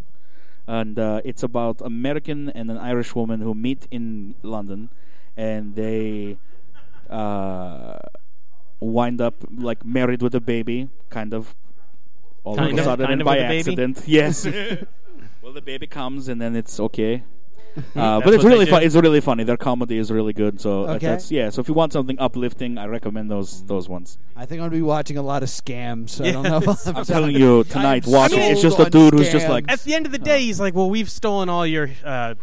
and uh, it's about American and an Irish woman who meet in London, and they. Uh, wind up like married with a baby, kind of, all Kind of a of, sudden kind and of by with a baby? accident. Yes. well, the baby comes and then it's okay. Uh, but That's it's what really they fun. do. It's really funny. Their comedy is really good. So uh, Okay. that's yeah. So if you want something uplifting, I recommend those those ones. I think I'm going to be watching a lot of scams. so I don't know. if I'm telling you tonight, watch sold it. It's just a on dude who's just scams. like At the end of the day, he's like, "Well, we've stolen all your, uh,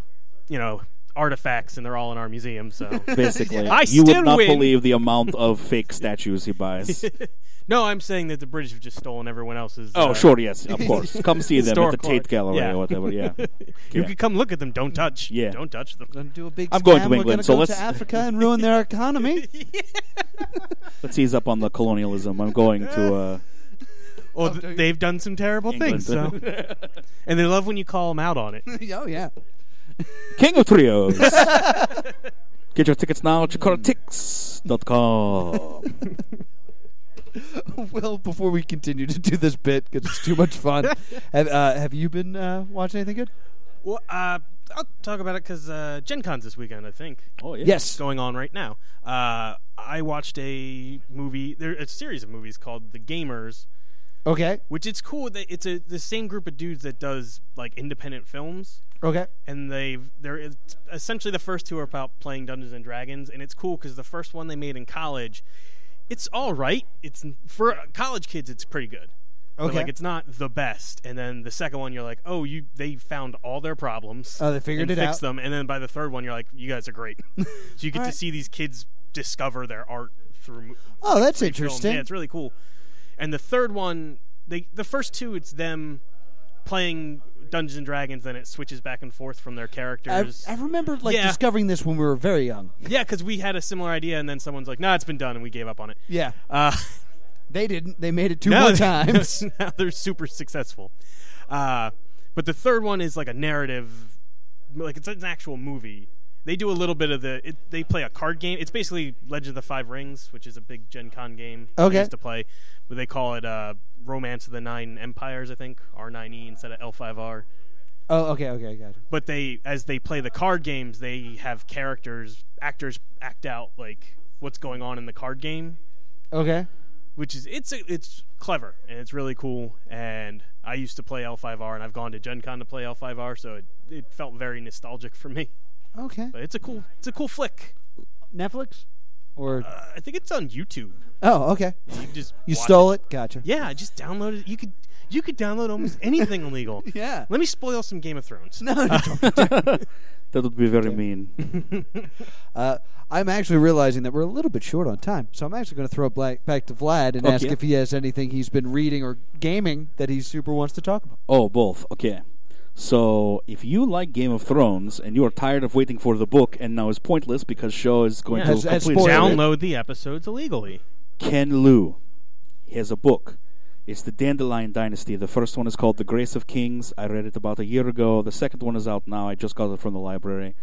you know, artifacts, and they're all in our museum." So basically. I you still would not win. believe the amount of fake statues he buys. no, I'm saying that the British have just stolen everyone else's. oh uh, sure, yes, of course. Come see them at the Historical Tate art. Gallery Yeah. or whatever. Yeah. You Yeah. could come look at them. Don't touch. Yeah. Don't touch them. Gonna do a big I'm going scam. to We're England, gonna so go let's- to Africa and ruin their economy. Let's ease up on the colonialism. I'm going to. Uh, Or th- they've done some terrible England. things. So. and they love when you call them out on it. oh yeah. King of Trios. Get your tickets now at jakartatix.com. Well, before we continue to do this bit because it's too much fun, have, uh, have you been uh, watching anything good? Well, uh, I'll talk about it because uh, Gen Con's this weekend, I think. Oh, yeah. Yes. going on right now. Uh, I watched a movie, there, a series of movies called The Gamers, Okay. which it's cool that it's a the same group of dudes that does like independent films, Okay. and they've they're it's essentially the first two are about playing Dungeons and Dragons, and it's cool because the first one they made in college, it's all right. It's for college kids, it's pretty good. But, Okay. like it's not the best, and then the second one you're like, oh, you they found all their problems. Oh, they figured and it fixed out. them, and then by the third one you're like, you guys are great. so you get to right. see these kids discover their art through. mo- Oh, that's film. interesting. Yeah, it's really cool. And the third one, they the first two, it's them playing Dungeons and Dragons. Then it switches back and forth from their I, characters. I remember like Yeah. discovering this when we were very young. yeah, because we had a similar idea, and then someone's like, "Nah, it's been done," and we gave up on it. Yeah. Uh, They didn't. They made it two now more they- times. now they're super successful. Uh, but the third one is like a narrative, like it's an actual movie. They do a little bit of the. It, they play a card game. It's basically Legend of the Five Rings, which is a big Gen Con game. they Okay. used to play, E but they call it uh, Romance of the Nine Empires. I think R9E instead of L5R. Oh, okay, okay, gotcha. but they as they play the card games they have characters actors act out like what's going on in the card game Okay. which is it's it's clever and it's really cool and i used to play l5r and i've gone to gen con to play l5r so it, it felt very nostalgic for me Okay. but it's a cool it's a cool flick Netflix? Or uh, i think it's on youtube Oh, okay. you just You watch stole it? Gotcha. yeah i just downloaded you could you could download almost anything illegal Yeah. let me spoil some game of thrones No, no, don't. That would be very mean. Uh, I'm actually realizing that we're a little bit short on time, so I'm actually going to throw it black, back to Vlad and ask Okay. if he has anything he's been reading or gaming that he super wants to talk about. Oh, both. Okay. So, if you like Game of Thrones and you are tired of waiting for the book and now it's pointless because show is going Yeah. to Has- has completely spoiled it. download the episodes illegally Ken Liu. He has a book. It's the Dandelion Dynasty. The first one is called The Grace of Kings. I read it about a year ago. The second one is out now. I just got it from the library.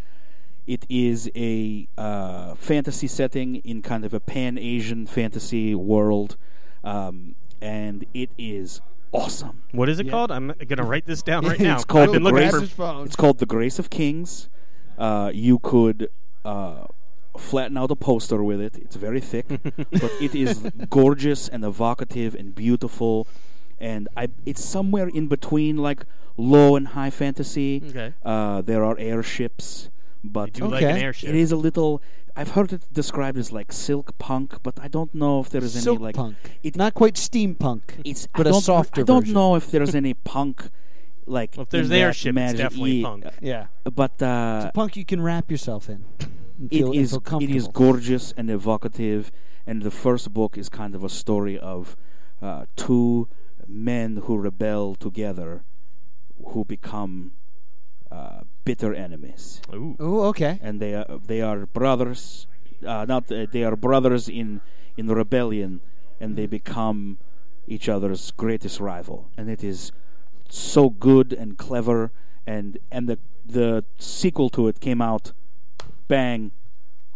It is a uh, fantasy setting in kind of a pan Asian fantasy world, um, and it is awesome. What is it called? I'm gonna write this down right now. It's called I've been The looking Grace for- His phone. It's called The Grace of Kings. Uh, you could uh, flatten out a poster with it. It's very thick, but it is gorgeous and evocative and beautiful. And I, it's somewhere in between, like low and high fantasy. Okay. Uh, there are airships, but Do you like an Okay. airship? it is a little. I've heard it described as like silk punk, but I don't know if there is Silk any like punk. It- Not quite steampunk, it's but I a don't, softer I don't version. know if there's any punk like Well, if there's in an that airship, it's magic- definitely yeah, punk. Yeah. But uh, Punk you can wrap yourself in. and it feel- and is feel it is comfortable. gorgeous and evocative, and the first book is kind of a story of uh, two men who rebel together, who become uh, bitter enemies, Ooh. Ooh, okay. and they are they are brothers, uh, not uh, they are brothers in in rebellion, and they become each other's greatest rival, and it is so good and clever, and and the the sequel to it came out, bang,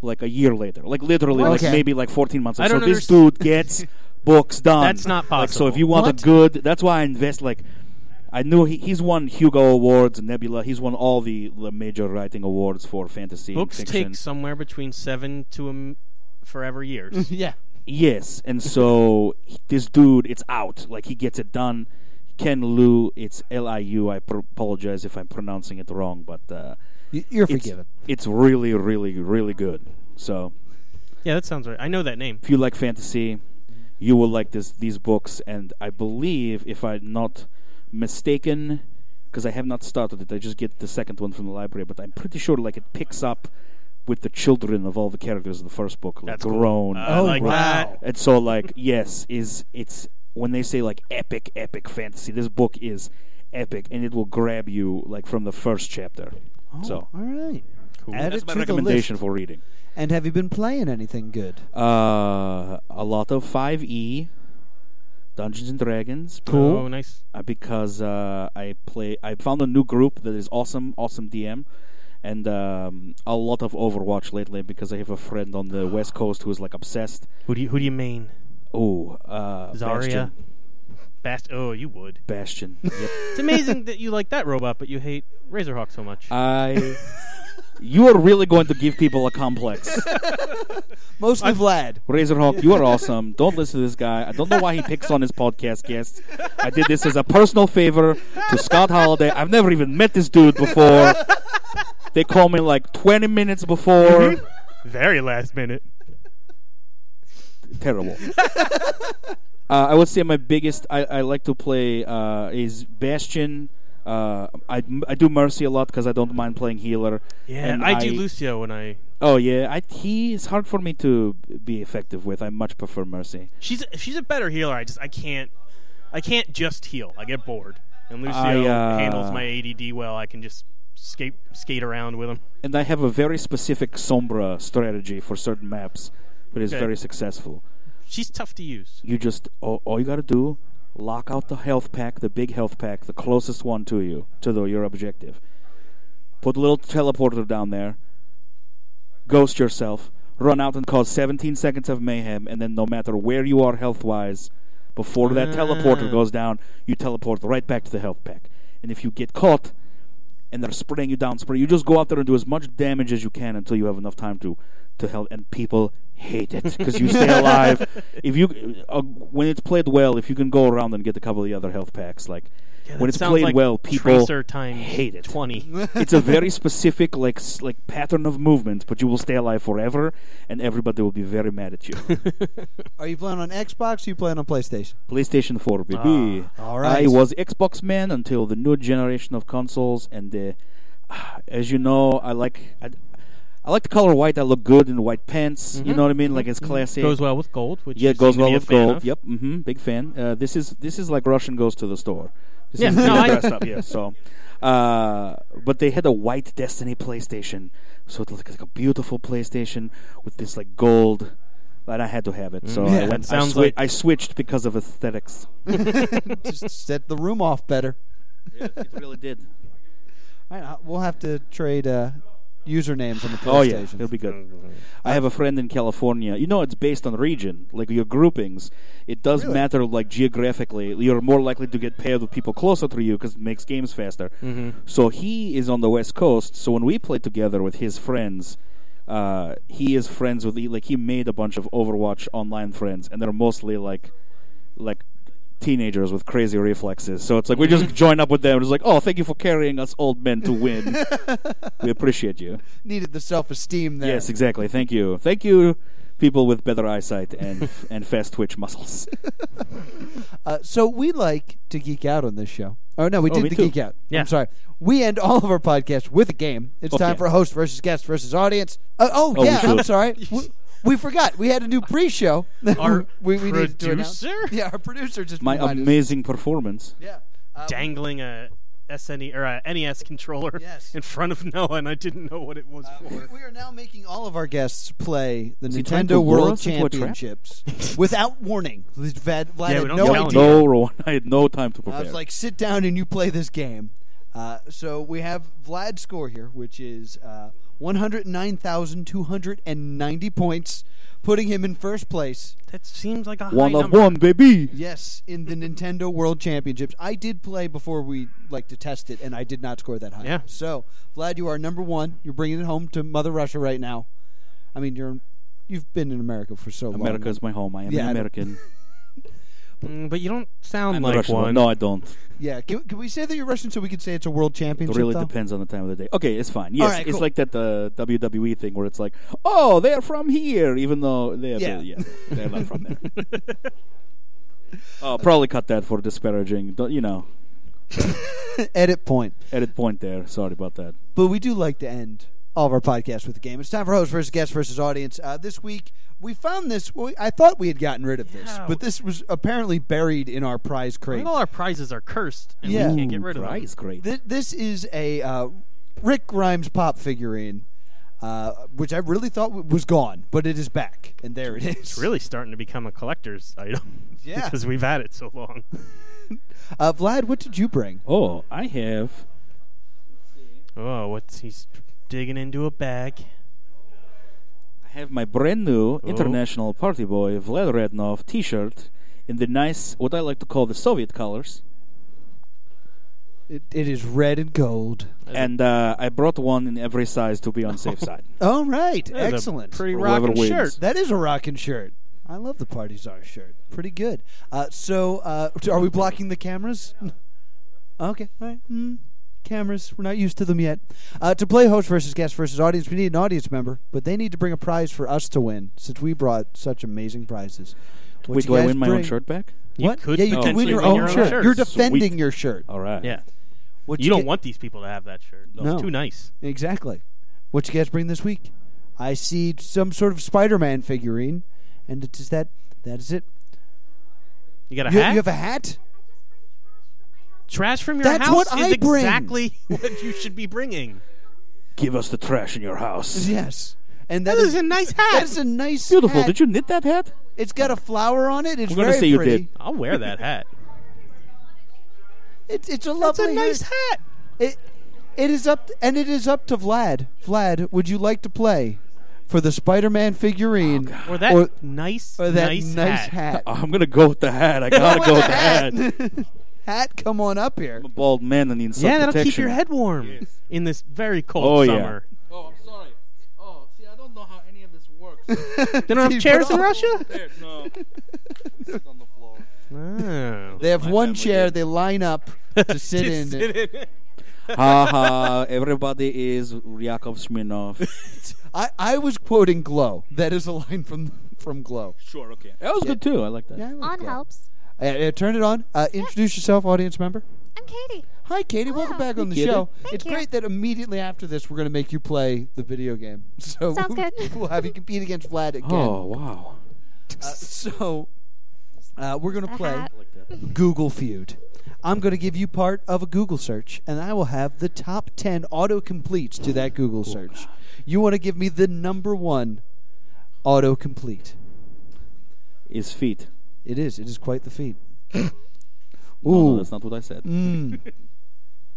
like a year later, like literally, Okay. like maybe like fourteen months. I so don't this underst- dude gets books done. That's not Like, so if possible. you want What? a good, that's why I invest like. I knew he, he's won Hugo Awards, Nebula. He's won all the, the major writing awards for fantasy and Books fiction. take somewhere between seven to um, forever years. Mm-hmm. Yeah. Yes, and so he- this dude, it's out. Like he gets it done. Ken Liu, it's L I U. I pr- apologize if I'm pronouncing it wrong, but uh, Y- You're it's, forgiven. it's really, really, really good. So yeah, that sounds right. I know that name. if you like fantasy, you will like this these books. And I believe, if I'm not mistaken, because I have not started it, I just get the second one from the library. But I'm pretty sure, like, it picks up with the children of all the characters in the first book, like That's cool. grown. I Oh, like wow. that. And so, like, yes, is it's when they say like epic, epic fantasy. This book is epic, and it will grab you like from the first chapter. so, All right. Cool. that's my recommendation for reading. And have you been playing anything good? Uh, a lot of Five E, Dungeons and Dragons. Oh, nice. Uh, because uh, I play. I found a new group that is awesome, awesome DM, and um, a lot of Overwatch lately because I have a friend on the West Coast who is like obsessed. Who do you who do you mean? Oh, uh, Zarya. Bast. Oh, you would. Bastion. Bastion. Yep. It's amazing that you like that robot, but you hate Razorhawk so much. Uh, I. You are really going to give people a complex. Mostly Vlad. Razorhawk, you are awesome. Don't listen to this guy. I don't know why he picks on his podcast guests. I did this as a personal favor to Scott Holiday. I've never even met this dude before. They call me like 20 minutes Hmm? before. Mm-hmm. Very last minute. Terrible. Uh, I would say my biggest I, I like to play uh, is Bastion. Uh, I, I do Mercy a lot because I don't mind playing healer. Yeah, And I, do Lucio when I. Oh yeah, I, he is hard for me to be effective with. I much prefer Mercy. She's she's a better healer. I just I can't I can't just heal. I get bored. And Lucio I, uh, handles my ADD well. I can just skate skate around with him. and I have a very specific Sombra strategy for certain maps that is Okay. very successful. She's tough to use. You just all, all you got to do lock out the health pack, the big health pack, the closest one to you to the, your objective. Put a little teleporter down there. Ghost yourself. Run out and cause 17 seconds of mayhem, and then no matter where you are health wise, before that teleporter Ah. goes down, you teleport right back to the health pack. And if you get caught, and they're spraying you down. Spray. You just go out there and do as much damage as you can until you have enough time to to help. And people hate it because you stay alive. If you uh, when it's played well, if you can go around and get a couple of the other health packs, like Yeah, that when it's sounds played like well, people Tracer times hate it. Twenty. it's a very specific like s- like pattern of movement, but you will stay alive forever, and everybody will be very mad at you. Are you playing on Xbox? Or you playing on PlayStation? PlayStation 4, baby. Ah, all right. I was Xbox man until the new generation of consoles, and uh, as you know, I like I, I like the color white. I look good in white pants. You know what I mean? Like it's classic. Mm-hmm. goes well with gold, which Yeah, you it goes seem to be well a with fan gold. of. Yep, hmm big fan. Uh, this is this is like Russian goes to the store. This Yeah, is no, I- dressed up. Yeah, so. Uh, but they had a white Destiny PlayStation, so it looked like a beautiful PlayStation with this like gold. And I had to have it, so Yeah, I, went, I, Mm. sounds swi- like- I switched because of aesthetics. Just set the room off better. it really did. All right, I- we'll have to trade uh, usernames on the Mm-hmm. PlayStation. Oh yeah, it'll be good. I have a friend in California. You know, it's based on region, like your groupings. It does Really? matter, like geographically. You're more likely to get paired with people closer to you because it makes games faster. Mm-hmm. So he is on the West Coast. So when we play together with his friends, uh, he is friends with like he made a bunch of Overwatch online friends, and they're mostly like like teenagers with crazy reflexes. So it's like we just join up with them. It's like, oh, thank you for carrying us old men to win. we appreciate you. Needed the self-esteem there. Yes, exactly. Thank you. Thank you, people with better eyesight and and fast twitch muscles. Uh, so we like to geek out on this show. Oh no, we Oh, did me the too. geek out. Yeah. I'm sorry. We end all of our podcasts with a game. It's time Okay. for host versus guest versus audience. Uh, oh, Oh, we yeah, I'm should. sorry. We, we forgot. We had a new pre-show. that Our we, we needed to announce. producer? Yeah, our producer just My reminded us. amazing performance. Yeah. Uh, Dangling a SNE or a NES controller Yes. Uh, in front of Noah, and I didn't know what it was for. we are now making all of our guests play the he trying to Nintendo lure World us into a trap? Championships witut warning. Vlad, Vlad Yeah, we had don't no tell idea. him. No, Rowan, I had no time to prepare. I was like, sit down and you play this game. Uh, so we have Vlad's score here, which is uh, 109,290 points, putting him in first place. That seems like a high one of number. one, baby. Yes, in the Nintendo World Championships. I did play before we like to test it, and I did not score that high. Yeah. So Vlad, you are number one. You're bringing it home to Mother Russia right now. I mean, you're you've been in America for so long. America is my home. I am Yeah, I an know. American. Mm, but you don't sound I'm a like Russian. one. No, I don't. Yeah. Can, can we say that you're Russian so we can say it's a World It Championship? really though? depends on the time of the day. Okay, it's fine. Yes, right, it's cool. like that uh, WWE thing where it's like, oh, they're from here, even though they're Yeah. they're, yeah, they're not from there. oh, probably cut that for disparaging. Don't, you know, Edit point. edit point there. Sorry about that. But we do like to end all of our podcasts with a game. It's time for host versus guest versus audience. Uh, this week, we found this. well, I thought we had gotten rid of this, Yeah. but this was apparently buried in our prize I crate. think all our prizes are cursed, and Yeah. we can't get rid of Right, it's them. great. Th- this is a uh, Rick Grimes pop figurine, uh, which I really thought w- was gone, but it is back, and there it is. It's really starting to become a collector's item. Yeah. because we've had it so long. uh, Vlad, what did you bring? Oh, I have. Oh, what's he's digging into a bag? I have my brand Oh. new international party boy Vlad Rednov T-shirt in the nice, what I like to call the Soviet colors, It, it is red and gold. and uh, I brought one in every size to be on safe side. All right, That is a excellent. pretty Whoever rocking wins. shirt. That is a rocking shirt. I love the Party Czar shirt. Pretty good. Uh, so, uh, are we blocking the cameras? Okay, all right. Mm. Cameras, we're not used to them yet. Uh, to play host versus guest versus audience, we need an audience member, but they need to bring a prize for us to win since we brought such amazing prizes. What Wait, you do I guys win my own bring- shirt back? You What? could yeah, you can win potentially your, win own, your own shirt. shirt. You're Sweet. defending your shirt. All right. Yeah, What you don't get- want these people to have that shirt. It's No. too nice. Exactly. What you guys bring this week? I see some sort of Spider-Man figurine, and it is that. That is it. You got a You, you hat. have a hat? Trash from your That's house what is I bring. exactly what you should be bringing. Give us the trash in your house. Yes. And That is a nice hat. That is a nice Beautiful. hat. Did you knit that hat? It's got a flower on it. It's We're gonna very say you pretty. did. I'll wear that hat. It's it's a That's lovely. a nice hat. hat. It it is up and it is up to Vlad. Vlad, would you like to play for the Spider-Man figurine Or that or, nice, or that Oh, nice, nice, hat. Oh, Oh, hat? I'm gonna go with the hat. I gotta go with the hat. hat come on up here? I'm a bald man and needs some yeah, that'll keep protection. your head warm in this very cold Oh, yeah. summer. Oh, I'm sorry. Oh, see, I don't know how any of this works. They don't have chairs in Russia. There, no. Sit on the floor. Oh. They have My one family chair did. they line up to sit in. ha ha! Everybody is Yakov Smirnov. I, I was quoting Glow. That is a line from from Glow. Sure, okay. That was good too. I like that. I like On Glow. helps. Uh, uh, turn it on. Uh, introduce yourself, audience member. I'm Katie. Hi, Katie. Welcome Hello. back on the Katie. show. Thank it's you. great that immediately after this, we're going to make you play the video game. So Sounds good. we'll have you compete against Vlad again. Oh wow! Uh, so uh, we're going to The play hat. Google Feud. I'm going to give you part of a Google search, and I will have the top 10 auto completes to that Google search. You want to give me the number one auto complete. His feet. It is. It is quite the feat. No, no, Ooh. that's not what I said. Mm.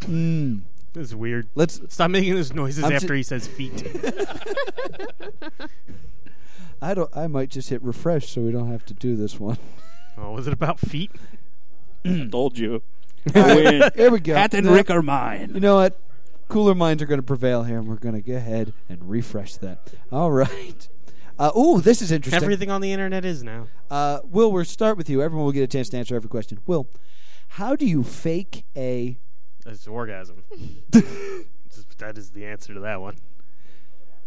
Mm. This is weird. Let's. Stop making those noises I'm after ju- he says feet. I don't. I might just hit refresh so we don't have to do this one. oh, was it about feet? I told you. I win. Here we go. Hat and Now- Rick are mine. You know what? Cooler minds are going to prevail here, and we're going to go ahead and refresh that. All right. Uh, ooh, this is interesting. Everything on the internet is now. Uh, Will, we'll start with you. Everyone will get a chance to answer every question. Will, how do you fake a? It's orgasm. Just- that is the answer to that one.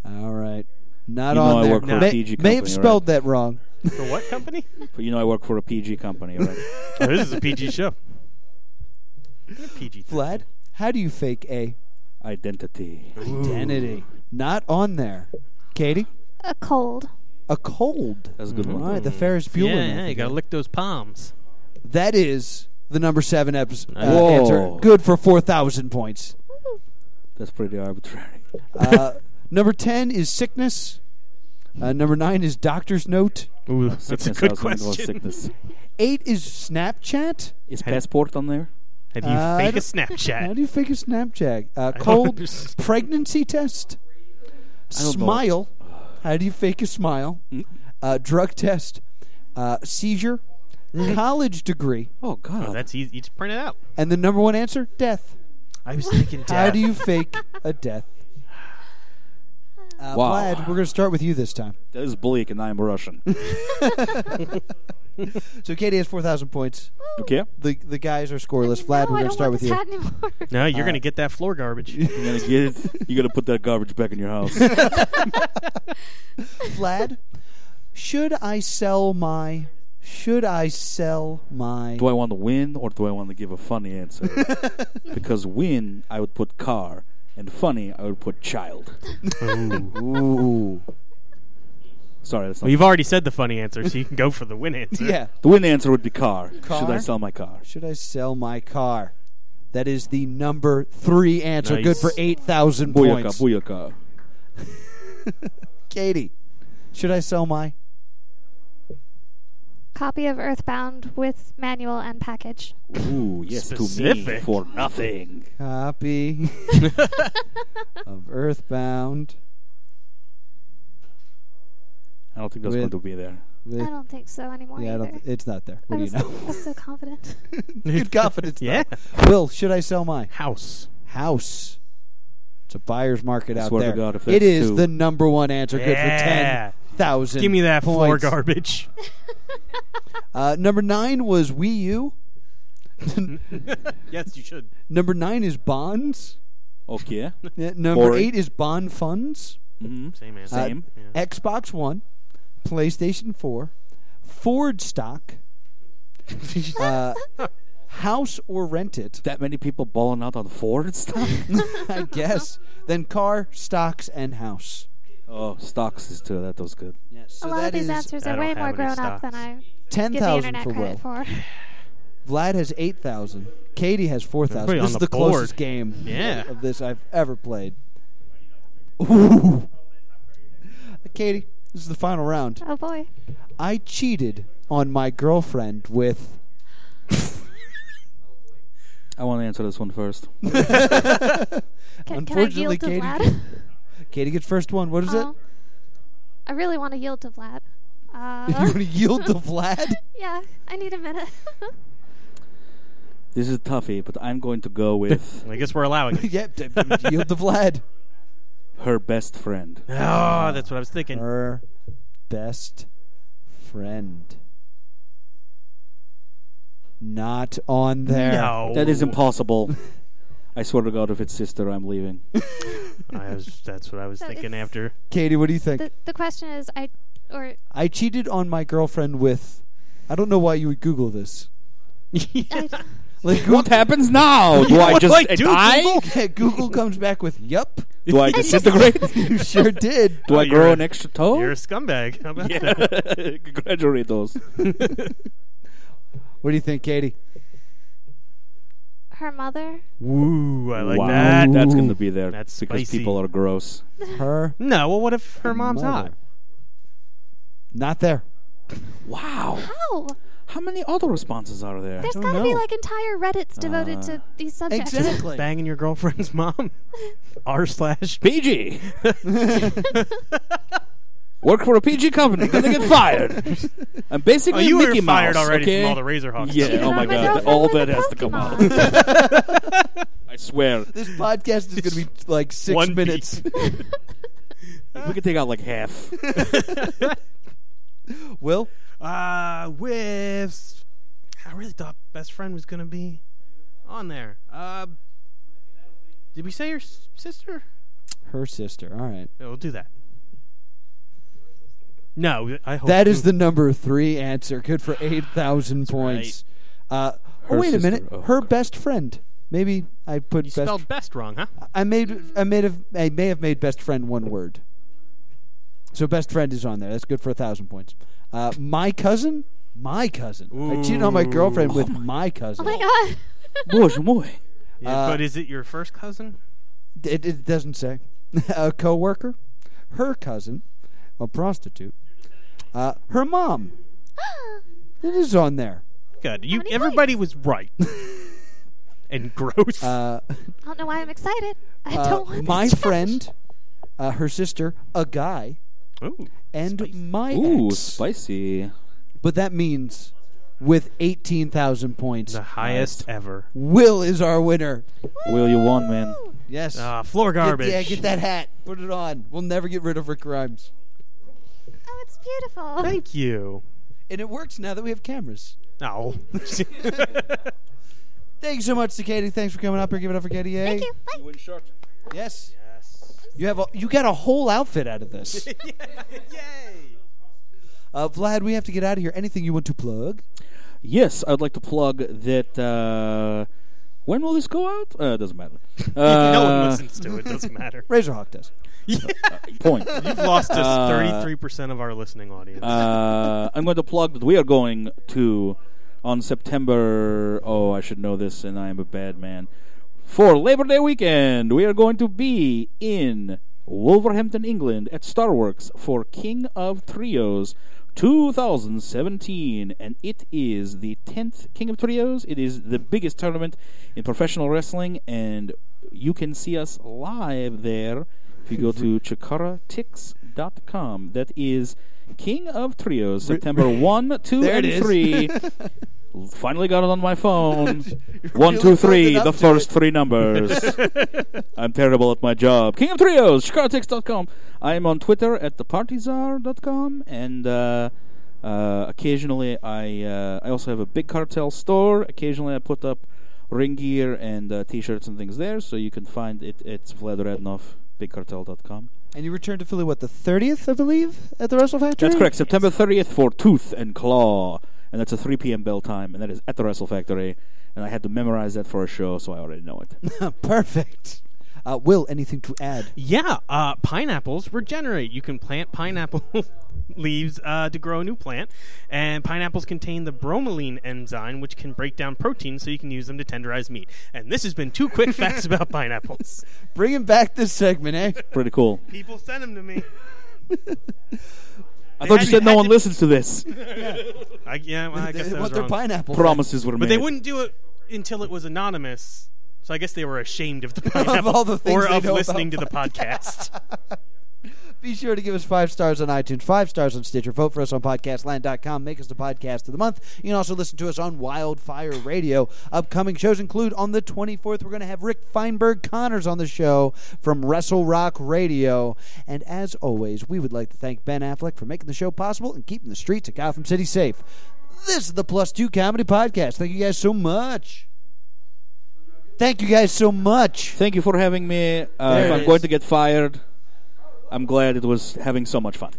All right, not You know on I there. work for a may, PG may have company, spelled that wrong. For what company? But you know I work for a PG company, right? Oh, this is a PG show. They're PG. Vlad, how do you fake a Identity. identity? Not on there. Katie, A cold. a cold. That's a good All one. right, the Ferris Bueller. Yeah, method yeah, you gotta here. lick those palms. That is the number seven episode uh, Whoa. answer. Good for four thousand points. That's pretty arbitrary. Uh, number ten is sickness. Uh, number nine is doctor's note. Ooh, that's a Sickness, I good was wondering what question. Sickness. Eight is Snapchat. Is passport on there? How do you Uh, I fake a don't- How do Snapchat? you figure Snapchat? Uh, don't cold understand. pregnancy test. don't know. Smile. How do you fake a smile? Mm. Mm. Uh, drug test. Uh, seizure. Mm. College degree. Oh God! Oh, that's easy. You just print it out. And the number one answer: death. I was thinking death. How do you fake a death? Uh, Wow. Vlad, we're going to start with you this time. that is bleak, and I'm Russian. So Katie has four thousand points. okay, The the guys are scoreless. no, Vlad, we're going I to don't start want with this you. hat anymore. No, you're gonna get that floor garbage. you're gonna get it. You're gonna put that garbage back in your house. Vlad, should I sell my? Should I sell my? do I want to win or do I want to give a funny answer? because win, I would put car, and funny, I would put child. Ooh. Sorry, that's not. Well, you've already said the funny answer, so you can go for the win answer. Yeah. the win answer would be car. Should I Car? sell my car? Should I sell my car? That is the number three answer. Nice. Good for eight thousand Booyaka, points. booyaka. Katie, should I sell my? Copy of Earthbound with manual and package. Ooh, yes, to me Specific. for nothing. Copy of Earthbound I don't think that's With- going to be there. with I don't think so anymore yeah, I either. don't, it's not there. I What do you was, know? I was so confident. Good confidence. though. Yeah. Will, should I sell my House. house? It's a buyer's market out swear to there. God, if it that's is two- the number one answer. Good for Yeah. ten thousand. Give me that floor points. garbage. Uh, number nine was Wii U. yes, you should. Number nine is bonds. Okay. Yeah, Number Boring. eight is bond funds. Mhm. Same answer. Uh, Same. Xbox One, PlayStation Four, Ford stock, uh, house or rent it. that many people balling out on Ford stock? I guess. then car, stocks, and house. oh, stocks is too. That was good. Yes. So a lot that of these is answers I are don't way have more any grown up stocks. than I ten give the thousand internet for Will. credit for. Vlad has eight thousand. Katie has four thousand. Everybody This on is the the board. closest game Yeah. of this I've ever played. Ooh. Katie, this is the final round. Oh boy. I cheated on my girlfriend with. I want to answer this one first. Can, can I Unfortunately, yield to Katie, Vlad? Katie gets first one. What is Oh. Uh-huh. I really want to yield to Vlad. it? You want to Uh, yield to Vlad? yeah, I need a minute. This is toughy, but I'm going to go with I guess we're allowing it. yep, d- d- yield to Vlad. her best friend. Oh, that's what I was thinking. Her best friend. Not on there. No, That is impossible. I swear to God, if it's sister, I'm leaving. I was, that's what I was So thinking it's- after. Katie, what do you think? The, the question is, I or I cheated on my girlfriend with. I don't know why you would Google this. I, Like what Google, happens now? Do I What just do I do, die? Google? yeah, Google comes back with "Yup, Do I disintegrate? you sure did." do Oh, I you're grow a- an extra toe? You're a scumbag. How about that? Congratulate those. What do you think, Katie? her mother. Woo, I like wow, that. that's gonna be there That's because spicy. people are gross. Her No, well, what if her mom's mother. hot? not there. Wow, How? how many auto responses are there? There's don't got to be know. Uh, like entire Reddits devoted to these subjects. Exactly. Banging your girlfriend's mom? R slash B. PG. Oh Work for a PG company, gonna get fired. Oh, I'm basically you Mickey were fired Mouse, already okay? from all the Razorhawks. Yeah. Cheated Oh on my God, girlfriend all with that a has to come out. Pokemon. I swear, This podcast is going to be like six One minutes. if we could take out like half. Will Uh, with. I really thought best friend was gonna be on there. Uh, did we say your s- sister? her sister? All right, Yeah, we'll do that. No, I hope that is the number three answer. Good for eight thousand points. Uh, oh Her wait sister. a minute, Oh, her God. best friend. Maybe I put you best. spelled best wrong, huh? Uh, I made I made a, I may have made best friend one word. So best friend is on there. That's good for a thousand points. Uh, my cousin, my cousin. I cheated on my girlfriend with my Oh cousin. my god. Боже мой. Yeah, Uh, but is it your first cousin? It, it doesn't say. a coworker, her cousin, a prostitute, uh, her mom. it is on there. Good. You. many Everybody was right. and gross. Uh, I don't know why I'm excited. I uh, don't want my this trash. friend, uh, her sister, a guy, Ooh. and my Ooh, ex. spicy. But that means with 18,000 points, The highest ever. Will is our winner. Will you won, man? Yes. Uh, floor Get- garbage. yeah, get that hat. Put it on. We'll never get rid of her crimes. Oh, it's beautiful. Thank you. And it works now that we have cameras. No. Thank you so much to Katie. Thanks for coming up here. Give it up for Katie. Yay. Thank you. Bye. Yes. You have a, you got a whole outfit out of this. Yay. Uh, Vlad, we have to get out of here. Anything you want to plug? Yes, I'd like to plug that. Uh, when will this go out? Uh, doesn't matter. Uh, no one listens to it. Doesn't matter. Razorhawk does. Point. You've lost Uh, us thirty-three percent of our listening audience. Uh, I'm going to plug that we are going to on September. Oh, I should know this, and I am a bad man. For Labor Day weekend, we are going to be in Wolverhampton, England, at Starworks for King of Trios 2017, and it is the 10th King of Trios. It is the biggest tournament in professional wrestling, and you can see us live there if you go to chikaratix.com. That is King of Trios, September 1, 2, There it and is. 3. Finally got it on my phone. One, really two, three, building up the to first three numbers. I'm terrible at my job. King of Trios, ChicagoTix.com. I am on Twitter at thepartyzar.com, and uh, uh, occasionally I uh, I also have a big cartel store. Occasionally I put up ring gear and uh, t-shirts and things there, so you can find it. It's Vlad Rednov, bigcartel.com. And you returned to Philly, what, the 30th, I believe, at the Wrestle Factory? That's correct. September 30th for Tooth and Claw, and that's a 3 p.m. bell time, and that is at the Wrestle Factory. And I had to memorize that for a show, so I already know it. Perfect. Uh, Will, anything to add? Yeah, uh, pineapples regenerate. You can plant pineapple leaves uh, to grow a new plant, and pineapples contain the bromelain enzyme, which can break down proteins so you can use them to tenderize meat. And this has been two quick facts about pineapples. Bringing back this segment, eh? Pretty cool. People send them to me. I thought you had- said no had one to- listens to this. I, yeah, well, I guess They I was want their wrong. pineapple. Promises were made. but they wouldn't do it until it was anonymous. So I guess they were ashamed of the all pineapple the things or they of know listening to about the podcast. Be sure to give us five stars on iTunes, five stars on Stitcher, vote for us on podcastland.com, make us the podcast of the month. You can also listen to us on Wildfire Radio. Upcoming shows include on the 24th, we're going to have Rick Feinberg Connors on the show from Wrestle Rock Radio. And as always, we would like to thank Ben Affleck for making the show possible and keeping the streets of Gotham City safe. This is the Plus Two Comedy Podcast. Thank you guys so much. Thank you guys so much. Thank you for having me. Uh, There if it I'm is. going to get fired, I'm glad it was having so much fun.